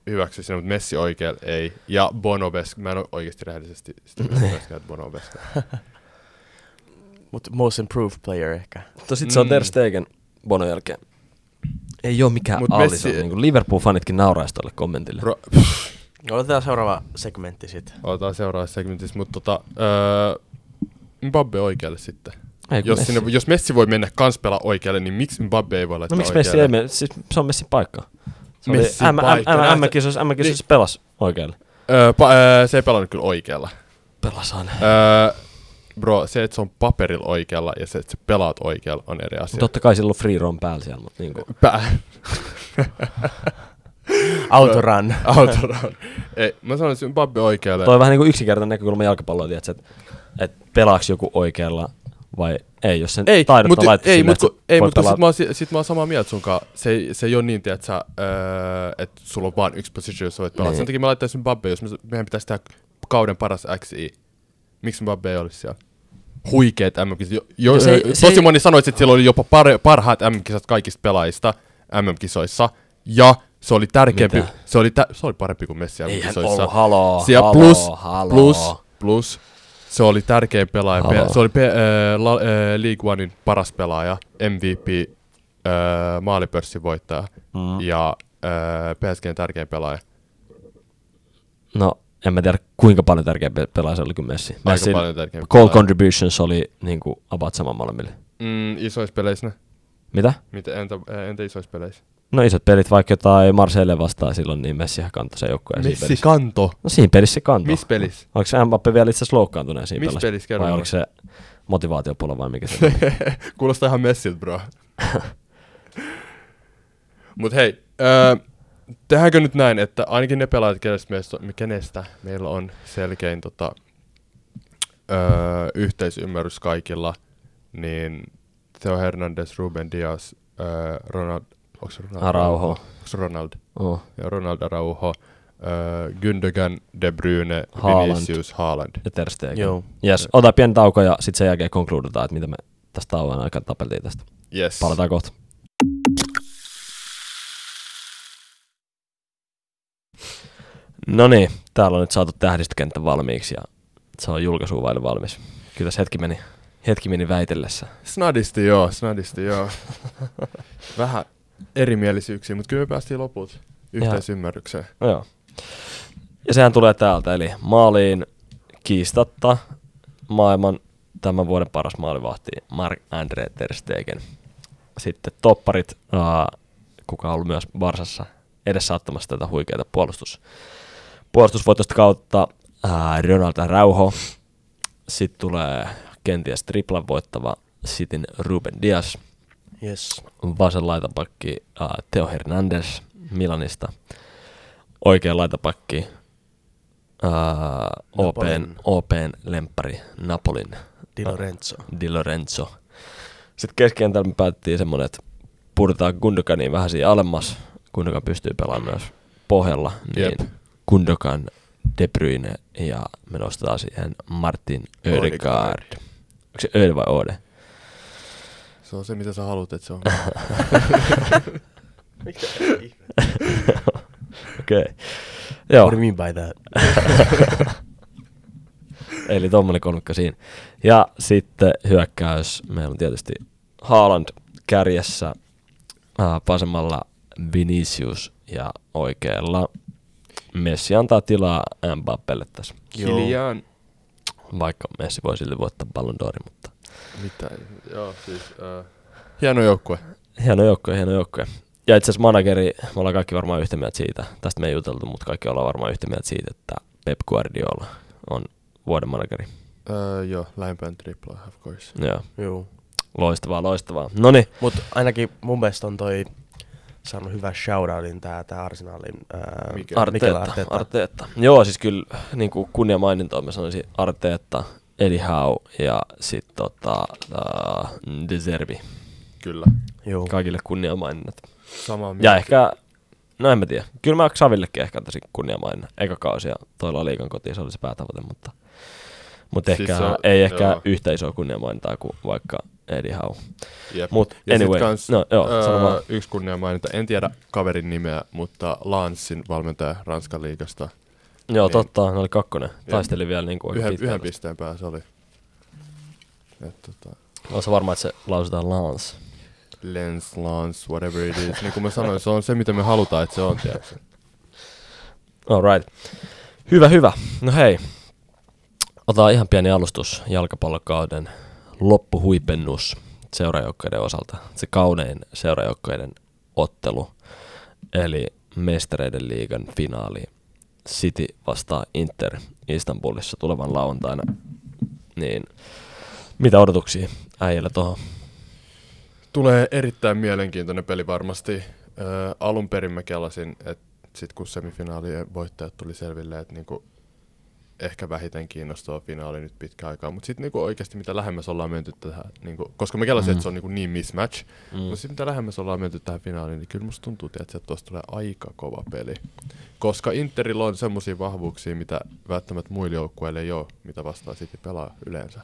Speaker 2: hyväksyä sinne, mutta Messi oikealla ei. Ja Bono Vesk, mä en ole oikeasti rehellisesti sitä myöskään, että Bono Vesk.
Speaker 3: Mut most improved player ehkä.
Speaker 1: Mutta No sit se on
Speaker 2: Mm.
Speaker 1: Ter Stegen Bonon jälkeen. Ei oo mikään
Speaker 2: Mut
Speaker 1: allis.
Speaker 2: Messi-
Speaker 1: Messi... Niin Liverpool-fanitkin nauraisi tolle kommentille.
Speaker 2: Ro-
Speaker 3: Otetaan seuraava segmentti sitten.
Speaker 2: Otetaan seuraavassa segmentissä, mutta tota, öö, Mbappe oikealle sitten.
Speaker 1: Ei, kun
Speaker 2: jos,
Speaker 1: Messi.
Speaker 2: Messi. Sinne, jos Messi voi mennä kans pelaa oikealle, niin miksi Mbappe ei voi laittaa
Speaker 1: no miksi Messi
Speaker 2: oikealle?
Speaker 1: ei mene? Siis se on Messin paikka. Se oli
Speaker 2: Messin
Speaker 1: M- M-
Speaker 2: paikka. Niin.
Speaker 1: M-
Speaker 2: Näet-
Speaker 1: M-kisoissa M-kisoissa pelas oikealle.
Speaker 2: Öö, pa- öö, se ei pelannut kyllä oikealla.
Speaker 1: Pelasaan.
Speaker 2: Öö, bro, se, että se on paperilla oikealla ja se, että sä pelaat oikealla on eri asia.
Speaker 1: Totta kai sillä on free roam päällä siellä, mutta niinku.
Speaker 2: Pää. *laughs*
Speaker 3: Autorun.
Speaker 2: Autoround. ei, mä sanoisin Mbappe oikealle.
Speaker 1: Toi on vähän niinku yksinkertainen näkökulma jalkapalloa, tiedätkö, että et pelaaks joku oikealla vai ei, jos sen
Speaker 2: ei,
Speaker 1: taidot
Speaker 2: mut,
Speaker 1: on laittu
Speaker 2: ei,
Speaker 1: silleen,
Speaker 2: mut,
Speaker 1: että
Speaker 2: kun, ei,
Speaker 1: voit
Speaker 2: mut kun sit
Speaker 1: pelaa-
Speaker 2: mä, oon, si- sit mä oon samaa mieltä sunkaan. Se, ei- se ei ole niin, että sä, öö, et sulla on vaan yksi position, jos sä voit pelata.
Speaker 1: Niin.
Speaker 2: Sen takia mä laittaisin Mbappe, jos me, meidän pitäisi tehdä kauden paras XI. Miksi Mbappe ei olisi siellä? Huikeet MM-kisat. Jo, jo,
Speaker 1: Ja No se
Speaker 2: se,
Speaker 1: ei- se
Speaker 2: tosi
Speaker 1: ei-
Speaker 2: moni sanoi, että siellä oli jopa par, parhaat MM-kisat kaikista pelaajista MM-kisoissa. Ja se oli tärkeämpi,
Speaker 1: Mitä?
Speaker 2: se oli, tä- se oli parempi kuin Messi
Speaker 1: Eihän
Speaker 2: MM-kisoissa.
Speaker 1: ollut, haloo,
Speaker 2: Siellä
Speaker 1: haloo,
Speaker 2: plus,
Speaker 1: haloo.
Speaker 2: plus, plus, se oli tärkeä pelaaja.
Speaker 1: Haloo.
Speaker 2: Pe- se oli pe- äh, la- äh, League Onein paras pelaaja, MVP, äh, maalipörssin voittaja mm. ja öö, PSGn tärkein pelaaja?
Speaker 1: No, en mä tiedä kuinka paljon tärkeä pe- pelaaja se oli kuin Messi.
Speaker 2: Aika
Speaker 1: Messin
Speaker 2: paljon tärkeä
Speaker 1: Goal
Speaker 2: pelaaja.
Speaker 1: contributions oli niin kuin about sama molemmille.
Speaker 2: Mm, isoissa peleissä. ne.
Speaker 1: Mitä?
Speaker 2: Mitä, entä, ää, entä isoissa peleissä?
Speaker 1: No isot pelit, vaikka jotain Marseille vastaan silloin, niin Messihän kantoi sen joukkueen siinä pelissä.
Speaker 2: kanto.
Speaker 1: No siinä pelissä se kantoi.
Speaker 2: Missä pelissä?
Speaker 1: Oliko se Mbappe vielä itse asiassa loukkaantuneen siinä
Speaker 2: Missä
Speaker 1: pelissä?
Speaker 2: pelissä? Kerro
Speaker 1: Vai
Speaker 2: mulle.
Speaker 1: oliko se motivaatiopuolella vai mikä
Speaker 2: *laughs*
Speaker 1: se oli?
Speaker 2: Kuulostaa ihan messiltä, bro. *laughs* Mut hei, öö, tehdäänkö nyt näin, että ainakin ne pelaajat, kenestä, meistä, on- kenestä meillä on selkein tota, öö, yhteisymmärrys kaikilla, niin Theo Hernandez, Ruben Diaz, öö, Ronald, onko se Ronald?
Speaker 1: Araujo.
Speaker 2: Onko se Ronald?
Speaker 1: Oh.
Speaker 2: Ja Ronald Araujo, öö, Gündogan, De Bruyne,
Speaker 1: Haaland.
Speaker 2: Vinicius, Haaland.
Speaker 1: Ja Ter Stegen.
Speaker 3: Joo.
Speaker 1: Yes, ota pieni tauko ja sitten sen jälkeen konkluudutaan, että mitä me tästä tauon aikana tapeltiin tästä.
Speaker 2: Yes.
Speaker 1: Palataan kohta. No niin, täällä on nyt saatu tähdistökenttä valmiiksi ja se on julkaisuun vaille valmis. Kyllä tässä hetki meni, hetki meni väitellessä.
Speaker 2: Snadisti joo, snadisti *laughs* joo. Vähän erimielisyyksiä, mutta kyllä me päästiin loput yhteisymmärrykseen.
Speaker 1: No joo. Ja sehän tulee täältä, eli maaliin kiistatta maailman tämän vuoden paras maalivahti Mark Andre Ter Stegen. Sitten topparit, ää, kuka on ollut myös Varsassa edesauttamassa tätä huikeaa puolustus, puolustusvoitosta kautta, ää, Ronald Rauho. Sitten tulee kenties triplan voittava Sitin Ruben Dias
Speaker 3: Yes.
Speaker 1: vasen laitapakki uh, Teo Hernandez Milanista, oikea laitapakki uh,
Speaker 3: Napolin.
Speaker 1: OPn, OPn lemppari Napolin
Speaker 3: Di Lorenzo.
Speaker 1: Di Lorenzo. Sitten keskikentällä me päätettiin semmoinen, että pudotetaan Gundoganiin vähän siihen alemmas. Gundogan pystyy pelaamaan myös pohjalla. Niin
Speaker 2: Jep.
Speaker 1: Gundogan, De Bruyne ja me nostetaan siihen Martin
Speaker 2: Odegaard.
Speaker 1: Ödegaard. Onko se Öde vai Ode?
Speaker 2: Se on se, mitä sä haluat, että se *laughs* on.
Speaker 1: Okei. Okay.
Speaker 3: Joo.
Speaker 1: Joo.
Speaker 3: What do you mean by that?
Speaker 1: *laughs* Eli tommonen kolmikko siinä. Ja sitten hyökkäys. Meillä on tietysti Haaland kärjessä, äh, vasemmalla Vinicius ja oikealla Messi antaa tilaa Mbappelle tässä.
Speaker 3: Joo.
Speaker 2: Kilian.
Speaker 1: Vaikka Messi voi silti voittaa Ballon d'Orin, mutta
Speaker 2: Mitä? Joo, siis... Uh... Hieno joukkue.
Speaker 1: hieno joukkue, hieno joukkue. Ja itse asiassa manageri, me ollaan kaikki varmaan yhtä mieltä siitä, tästä me ei juteltu, mutta kaikki ollaan varmaan yhtä mieltä siitä, että Pep Guardiola on vuoden manageri.
Speaker 2: Uh, joo, lähempään triplaa, of course.
Speaker 1: Joo,
Speaker 3: Joo.
Speaker 1: loistavaa, loistavaa. No niin,
Speaker 3: Mut ainakin mun mielestä on toi saanut hyvän shoutoutin tää, tää Arsenalin ää,
Speaker 2: Mikel.
Speaker 1: Arteetta, Arteetta. Arteetta. Joo, siis kyllä niin kuin kunnia mainintoa mä sanoisin Arteetta, Eddie Howe ja sitten tota, uh, Deservi. Oh.
Speaker 2: Kyllä.
Speaker 3: Joo.
Speaker 1: Kaikille kunnia maininnat.
Speaker 2: Sama
Speaker 1: Ja ehkä, no en mä tiedä, kyllä mä Xavillekin ehkä antaisin kunnia maininnan. Eka kausi ja toilla liikan kotiin, se oli se päätavoite, mutta, mutta
Speaker 2: Siis
Speaker 1: siis ehkä,
Speaker 2: se on-
Speaker 1: on, ei ehkä
Speaker 2: joo.
Speaker 1: yhtä isoa kunnia mainintaa kuin vaikka Eddie Howe.
Speaker 2: Jep.
Speaker 1: Mut
Speaker 2: ja
Speaker 1: anyway,
Speaker 2: sit kans,
Speaker 1: no joo, sano vaan.
Speaker 2: öö, yksi kunnia mainita. En tiedä kaverin nimeä, mutta Lanssin valmentaja Ranskan liigasta.
Speaker 1: Joo,
Speaker 2: Niin.
Speaker 1: totta, ne oli kakkonen. Taisteli vielä niin kuin
Speaker 2: Yhden, yhden pisteen päässä oli. Et, tota,
Speaker 1: Oletko varma, että se lausutaan Lance?
Speaker 2: lens, lance, whatever it is. Niin kuin mä sanoin, se on se, mitä me halutaan, että se on, tiedätkö?
Speaker 1: Alright. Hyvä, hyvä. No hei, otetaan ihan pieni alustus jalkapallokauden loppuhuipennus seurajoukkoiden osalta. Se kaunein seurajoukkoiden ottelu, eli mestareiden liigan finaali. City vastaa Inter Istanbulissa tulevan lauantaina. Niin, mitä odotuksia äijällä tuohon?
Speaker 2: Tulee erittäin mielenkiintoinen peli varmasti. Öö, alun perin mä kelasin, että sit kun semifinaalien voittajat tuli selville, että niinku ehkä vähiten kiinnostava finaali nyt pitkä aikaa. Mutta sitten niinku oikeasti mitä lähemmäs ollaan menty tähän, niinku, koska mä kelasin,
Speaker 1: Mm.
Speaker 2: että se on niinku niin mismatch,
Speaker 1: Mm.
Speaker 2: Mutta sitten mitä lähemmäs ollaan menty tähän finaaliin, niin kyllä musta tuntuu, tiiä, että tuosta tulee aika kova peli. Koska Interillä on semmoisia vahvuuksia, mitä välttämättä muilla joukkueilla ei ole, mitä vastaan City pelaa yleensä.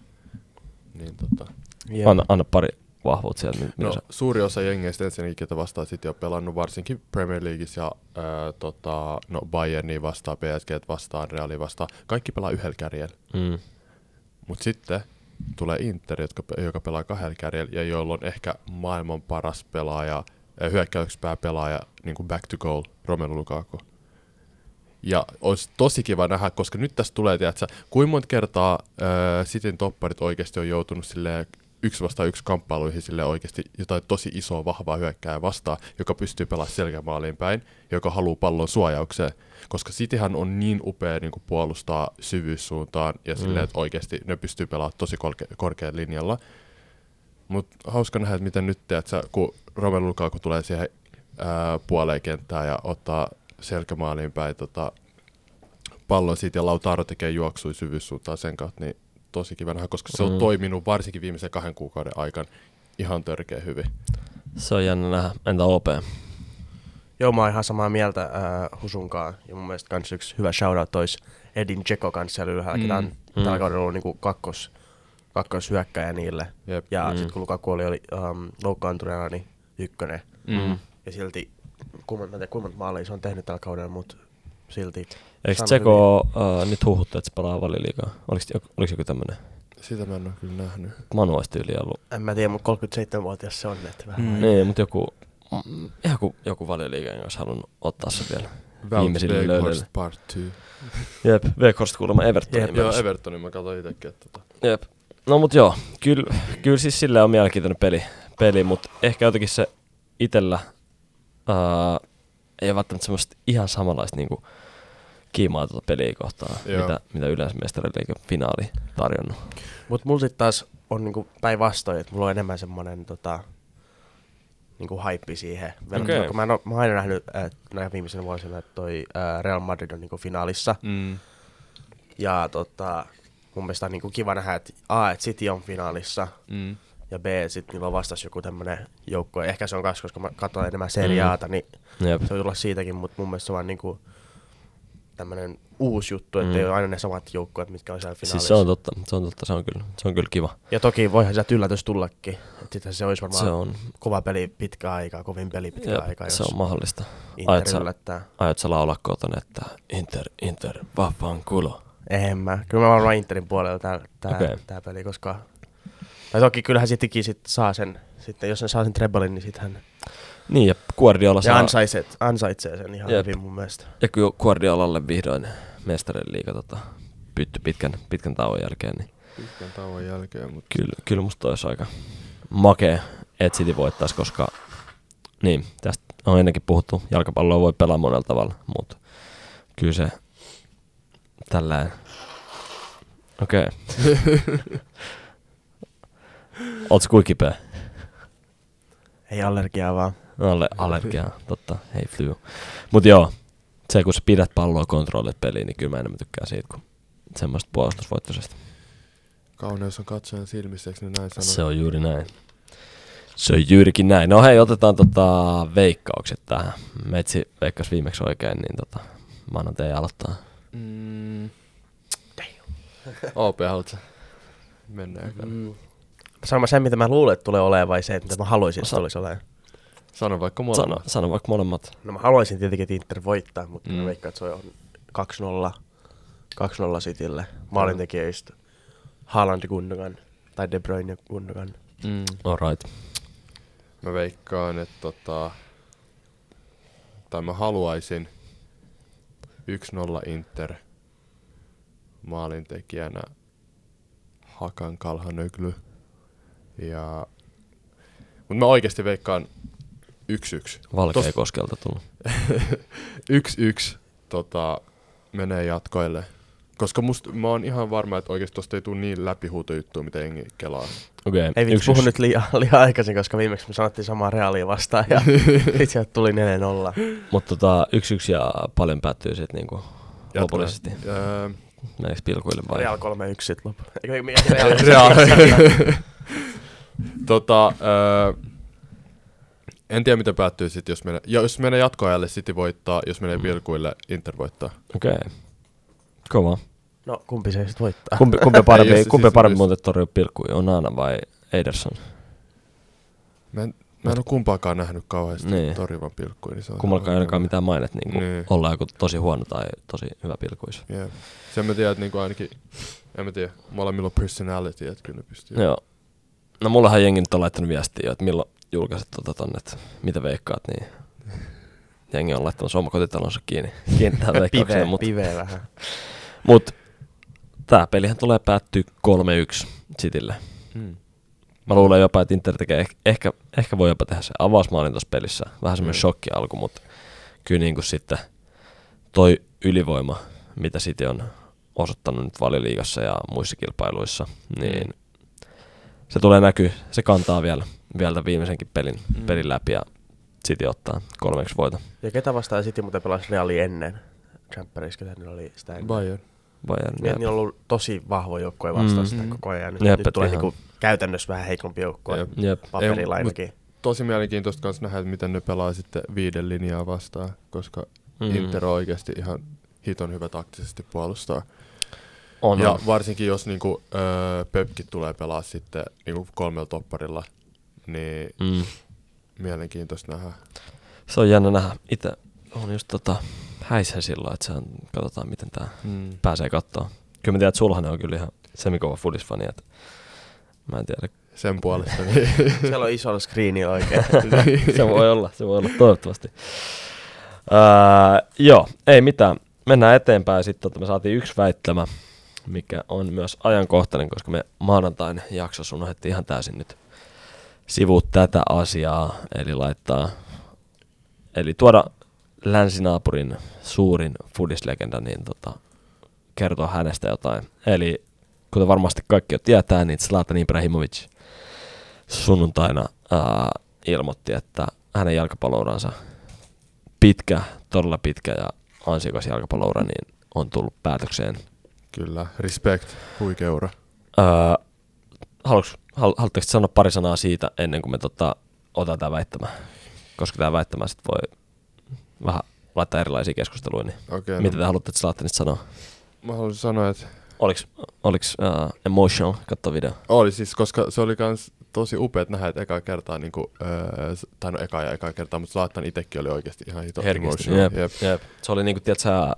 Speaker 2: Niin tota.
Speaker 3: Jep.
Speaker 1: Anna, anna pari vahvuutta sieltä. mi- mitä
Speaker 2: No,
Speaker 1: sä-
Speaker 2: suuri osa jengeistä ensinnäkin, ketä vastaan City on pelannut, varsinkin Premier Leagueissa ja ää, tota, no, Bayernia vastaan, PSG vastaan, Reali vastaan. Kaikki pelaa yhdellä kärjellä.
Speaker 1: Mm.
Speaker 2: Mutta sitten tulee Inter, jotka, pe- joka pelaa kahdella kärjellä ja joilla on ehkä maailman paras pelaaja ja hyökkäyspää pelaaja niin kuin back to goal, Romelu Lukaku. Ja olisi tosi kiva nähdä, koska nyt tässä tulee, tiedätkö, kuinka monta kertaa äh, Cityn topparit oikeasti on joutunut sille yksi vastaan yksi kamppailuihin sille oikeasti jotain tosi isoa, vahvaa hyökkääjää vastaan, joka pystyy pelaamaan selkämaaliin päin, joka haluaa pallon suojaukseen. Koska Cityhän on niin upea niin kuin puolustaa syvyyssuuntaan ja silleen, että oikeasti ne pystyy pelaamaan tosi kolke- korkealla linjalla. Mutta hauska nähdä, että miten nyt teet, sä, kun Romelu Lukaku tulee siihen ää, puoleen kenttään ja ottaa selkämaaliin päin tota, pallon siitä ja Lautaro tekee juoksui syvyyssuuntaan sen kautta, niin tosi kiva nähdä, koska se on
Speaker 1: Mm.
Speaker 2: toiminut varsinkin viimeisen kahden kuukauden aikana ihan törkeä hyvin.
Speaker 1: Se on jännä nähdä. Entä OP?
Speaker 3: Joo, mä oon ihan samaa mieltä äh, Husunkaan. Ja mun mielestä kans yksi hyvä shoutout olisi Edin Dzeko kanssa siellä ylhäällä, mm. ketä on
Speaker 1: Mm.
Speaker 3: mm. tällä kaudella ollut niinku kakkos, kakkoshyökkäjä niille.
Speaker 2: Jep.
Speaker 3: Ja
Speaker 1: Mm.
Speaker 3: mm. sitten kun Lukaku oli, oli um, loukkaantuneena, niin ykkönen.
Speaker 1: Mm.
Speaker 3: Ja silti, kummat, mä en tiedä, kummat maalia se on tehnyt tällä kaudella, mutta silti.
Speaker 1: Eikö
Speaker 3: saanut
Speaker 1: Tseko uh, nyt huhuttu, että se pelaa valiliikaa? Oliko, oliko joku tämmönen?
Speaker 2: Sitä mä en ole kyllä nähnyt.
Speaker 1: Manu olisi tyyli ollut.
Speaker 3: En mä tiedä, mutta 37-vuotias se on, että vähän
Speaker 1: Mm.
Speaker 3: mm.
Speaker 1: Niin, mutta joku, mm, joku, joku valiliikaa olisi halunnut ottaa se vielä. Viimeisille löydöille.
Speaker 2: Part 2.
Speaker 1: Jep, Weghorst kuulemma Evertonin
Speaker 2: Joo,
Speaker 3: Jep,
Speaker 1: menossa.
Speaker 2: Evertonin mä katsoin itsekin, että tota.
Speaker 1: Jep. No mut joo, kyllä kyl siis sillä on mielenkiintoinen peli, peli mutta ehkä jotenkin se itellä ää, ei ole välttämättä semmoista ihan samanlaista niinku, kiimaa tuota peliä kohtaan,
Speaker 2: Joo.
Speaker 1: mitä, mitä yleensä mestariliikan finaali tarjonnut.
Speaker 3: Mutta mulla sitten taas on niinku päinvastoin, että mulla on enemmän semmoinen tota, niinku hype siihen. verrattuna,
Speaker 1: Okei.
Speaker 3: Kun mä, en oo, mä oon aina nähnyt äh, näinä viimeisenä vuosina, että toi äh, Real Madrid on niinku finaalissa.
Speaker 2: Mm.
Speaker 3: Ja tota, mun mielestä on niinku kiva nähdä, että A, että City on finaalissa.
Speaker 2: Mm.
Speaker 3: Ja B, sitten niillä on vastas joku tämmönen joukko. Ehkä se on kas, koska mä katson enemmän seriaata,
Speaker 1: Mm.
Speaker 3: niin
Speaker 1: Jep.
Speaker 3: se voi tulla siitäkin. Mutta mun mielestä se on vaan niinku tämmönen uusi juttu, että
Speaker 1: Mm.
Speaker 3: ei ole aina ne samat joukkueet, mitkä on siellä finaalissa.
Speaker 1: Siis se on totta, se on totta, se on kyllä, se on kyllä kiva.
Speaker 3: Ja toki voihan sieltä yllätys tullakin. Sitten se olisi varmaan
Speaker 1: Se on,
Speaker 3: kova peli pitkä aikaa, kovin peli pitkä
Speaker 1: jep,
Speaker 3: aikaa, jos
Speaker 1: se on mahdollista. Aiot
Speaker 3: Inter
Speaker 1: sä,
Speaker 3: yllättää.
Speaker 1: aiot sä laulaa kotona, että Inter, Inter, vapaan kulo.
Speaker 3: En mä. Kyllä mä varmaan Interin puolella tää, tää,
Speaker 1: Okei.
Speaker 3: okay. tää peli, koska... Tai toki kyllähän Citykin sit saa sen, sitten jos ne saa sen trebelin, niin sitten hän
Speaker 1: Niin, ja Guardiola
Speaker 3: ja
Speaker 1: saa,
Speaker 3: ansaitsee, ansaitsee sen ihan
Speaker 1: Jep.
Speaker 3: Jep. hyvin mun mielestä.
Speaker 1: Ja kyllä Guardiolalle vihdoin mestarin liiga tota, pytty pitkän, pitkän tauon jälkeen, niin
Speaker 2: Pitkän tauon jälkeen, mutta
Speaker 1: kyllä, kyllä musta olisi aika makea, että City voittaisi, koska niin, tästä on ennenkin puhuttu, jalkapalloa voi pelaa monella tavalla, mutta kyllä se tällään. Okei. Okay. Ootko kuinka kipeä?
Speaker 3: Ei allergiaa vaan.
Speaker 1: Alle allergiaa, totta, hei flu. Mut joo, se kun sä pidät palloa kontrollit peliin, niin kyllä mä enemmän tykkään siitä kuin semmoista puolustusvoittoisesta.
Speaker 2: kauneus on katsojan silmissä, eikö ne näin sano?
Speaker 1: Se on juuri näin. Se on juurikin näin. No hei, otetaan tota veikkaukset tähän. Metsi veikkas viimeksi oikein, niin tota, mä annan teidän aloittaa.
Speaker 2: Mm. OP, haluatko? Mennään. Mm.
Speaker 3: Mm. Sanon mä sen, mitä mä luulen, että tulee olemaan, vai se, että mitä mä haluaisin, että
Speaker 1: Osa-
Speaker 3: tulisi olemaan.
Speaker 2: Sano vaikka mulla.
Speaker 1: Sano, sano vaikka molemmat.
Speaker 3: No mä haluaisin tietenkin, että Inter voittaa, mutta mm.
Speaker 2: Mm.
Speaker 3: mä veikkaan, että se on 2-0, 2-0 Citylle. Maalintekijöistä Haaland Gundogan tai De Bruyne Gundogan.
Speaker 2: Mm.
Speaker 1: Alright.
Speaker 2: Mä veikkaan, että tota... Tai mä haluaisin 1-0 Inter maalintekijänä Hakan Kalhanögly. Ja... Mut mä oikeasti veikkaan 1-1.
Speaker 1: Valkea
Speaker 2: Tos-
Speaker 1: koskelta tullut.
Speaker 2: 1-1 tota, menee jatkoille. Koska musta, mä oon ihan varma, että oikeesti tosta ei tule niin läpihuutojuttua, mitä jengi kelaa.
Speaker 1: Okei, okay,
Speaker 3: Ei vitsi puhu nyt liian, *laughs* liian aikaisin, koska viimeksi me sanottiin samaa reaalia vastaan ja sit sieltä tuli 4-0.
Speaker 1: Mutta tota, yksi yksi ja paljon päättyy sitten niinku
Speaker 2: Jatkoille.
Speaker 1: lopullisesti.
Speaker 2: Öö,
Speaker 1: Meneekö pilkuille vai?
Speaker 3: Real 3-1 sit loppu. Eikö ei,
Speaker 2: Real.
Speaker 3: Real?
Speaker 2: *laughs* tota, öö, en tiedä, mitä päättyy sitten, jos menee, ja jos menee jatkoajalle, City voittaa, jos menee pilkuille, Inter voittaa.
Speaker 1: Okei. Okay. Kova.
Speaker 3: No kumpi se sitten voittaa?
Speaker 1: Kumpi, kumpi
Speaker 2: Ei,
Speaker 1: parempi,
Speaker 2: jos se
Speaker 1: kumpi
Speaker 2: siis-
Speaker 1: parempi
Speaker 2: jos-
Speaker 1: muuten torjuu pilkkuja, on Naana vai Ederson?
Speaker 2: Mä en, mä en ole kumpaakaan nähnyt kauheasti
Speaker 1: Niin.
Speaker 2: niin. torjuvan pilkkuja. Niin se on
Speaker 1: Kummallakaan ei ainakaan mitään mainet niin kuin
Speaker 2: Niin.
Speaker 1: ollaan joku tosi huono tai tosi hyvä pilkuissa.
Speaker 2: Yeah. Sen mä tiedän, että niinku ainakin, en mä tiedä, molemmilla on personality, että kyllä ne pystyy.
Speaker 1: Joo. No mullahan jengi nyt on laittanut viestiä jo, että milloin julkaiset tota tonne, että mitä veikkaat, niin jengi on laittanut oma kotitalonsa kiinni, kiinni tähän veikkaukseen.
Speaker 3: Piveä,
Speaker 1: Mutta
Speaker 3: piveä vähän.
Speaker 1: mut, tämä pelihän tulee päättyä 3-1 Citylle.
Speaker 2: Mm.
Speaker 1: Mä luulen jopa, että Inter tekee, ehkä, ehkä, ehkä voi jopa tehdä se avausmaalin tuossa pelissä. Vähän semmoinen
Speaker 2: Mm.
Speaker 1: shokki alku, mutta kyllä niin kuin sitten toi ylivoima, mitä City on osoittanut nyt valiliigassa ja muissa kilpailuissa, niin se tulee näkyy, se kantaa vielä, vielä tämän viimeisenkin pelin,
Speaker 2: Mm.
Speaker 1: pelin läpi ja City ottaa kolmeksi voita.
Speaker 3: Ja ketä vastaan City muuten pelasi Reali ennen? Champions, ketä niillä oli sitä ennen?
Speaker 2: Bayern.
Speaker 1: Bayern,
Speaker 3: Niin,
Speaker 1: jep.
Speaker 3: niillä on ollut tosi vahva joukkue vastaan
Speaker 1: Mm.
Speaker 3: mm. sitä koko ajan. Nyt,
Speaker 1: Jep,
Speaker 3: nyt
Speaker 1: et
Speaker 3: tulee
Speaker 1: ihan-
Speaker 3: niinku käytännössä vähän heikompi joukkue.
Speaker 2: Jep.
Speaker 1: Jep.
Speaker 3: Paperilla
Speaker 2: Ei, mut-
Speaker 3: ainakin.
Speaker 2: Tosi mielenkiintoista myös nähdä, että miten ne pelaa sitten viiden linjaa vastaan, koska
Speaker 1: Mm.
Speaker 2: mm. Inter on oikeasti ihan hiton hyvä taktisesti puolustaa.
Speaker 1: On,
Speaker 2: ja
Speaker 1: on.
Speaker 2: varsinkin jos niinku, öö, Pöpki tulee pelaa sitten niinku kolmella topparilla, niin
Speaker 1: Mm.
Speaker 2: mielenkiintoista nähdä.
Speaker 1: Se on jännä nähdä. Itse on just tota häisä silloin, että se on, katsotaan miten tämä
Speaker 2: Mm.
Speaker 1: pääsee kattoon. Kyllä mä tiedän, että sulhanen on kyllä ihan semikova fudisfani, että mä en tiedä.
Speaker 2: Sen puolesta. Niin.
Speaker 3: Siellä on iso screeni oikein.
Speaker 1: *laughs* se voi olla, se voi olla toivottavasti. Öö, joo, ei mitään. Mennään eteenpäin sitten, että me saatiin yksi väittämä, mikä on myös ajankohtainen, koska me maanantain jaksossa unohdettiin ihan täysin nyt sivua tätä asiaa, eli laittaa, eli tuoda länsinaapurin suurin fudislegenda, niin tota, kertoa hänestä jotain. Eli kuten varmasti kaikki jo tietää, niin Zlatan Ibrahimovic sunnuntaina ää, ilmoitti, että hänen jalkapallouransa pitkä, todella pitkä ja ansiokas jalkapalloura niin on tullut päätökseen.
Speaker 2: Kyllä, respect, huikeura.
Speaker 1: Ää, haluatko, hal, haluatteko te sanoa pari sanaa siitä ennen kuin me tota, otan tämä väittämä? Koska tämä väittämä sit voi vähän laittaa erilaisia keskusteluja, niin
Speaker 2: Okei, no,
Speaker 1: mitä te haluatte Zlatanista sanoa?
Speaker 2: mä haluan sanoa, että
Speaker 1: Oliks, oliks uh, emotional, katso video.
Speaker 2: oli siis, koska se oli kans tosi upeat nähdä, että ekaa kertaa, niin kuin, öö, s- tai no eka ja ekaa kertaa, mutta Zlatan itsekin oli oikeasti ihan hito
Speaker 1: Herkistynyt.
Speaker 2: emotional.
Speaker 1: Jep, jep. jep. Se oli niinku, tiedätkö, sä,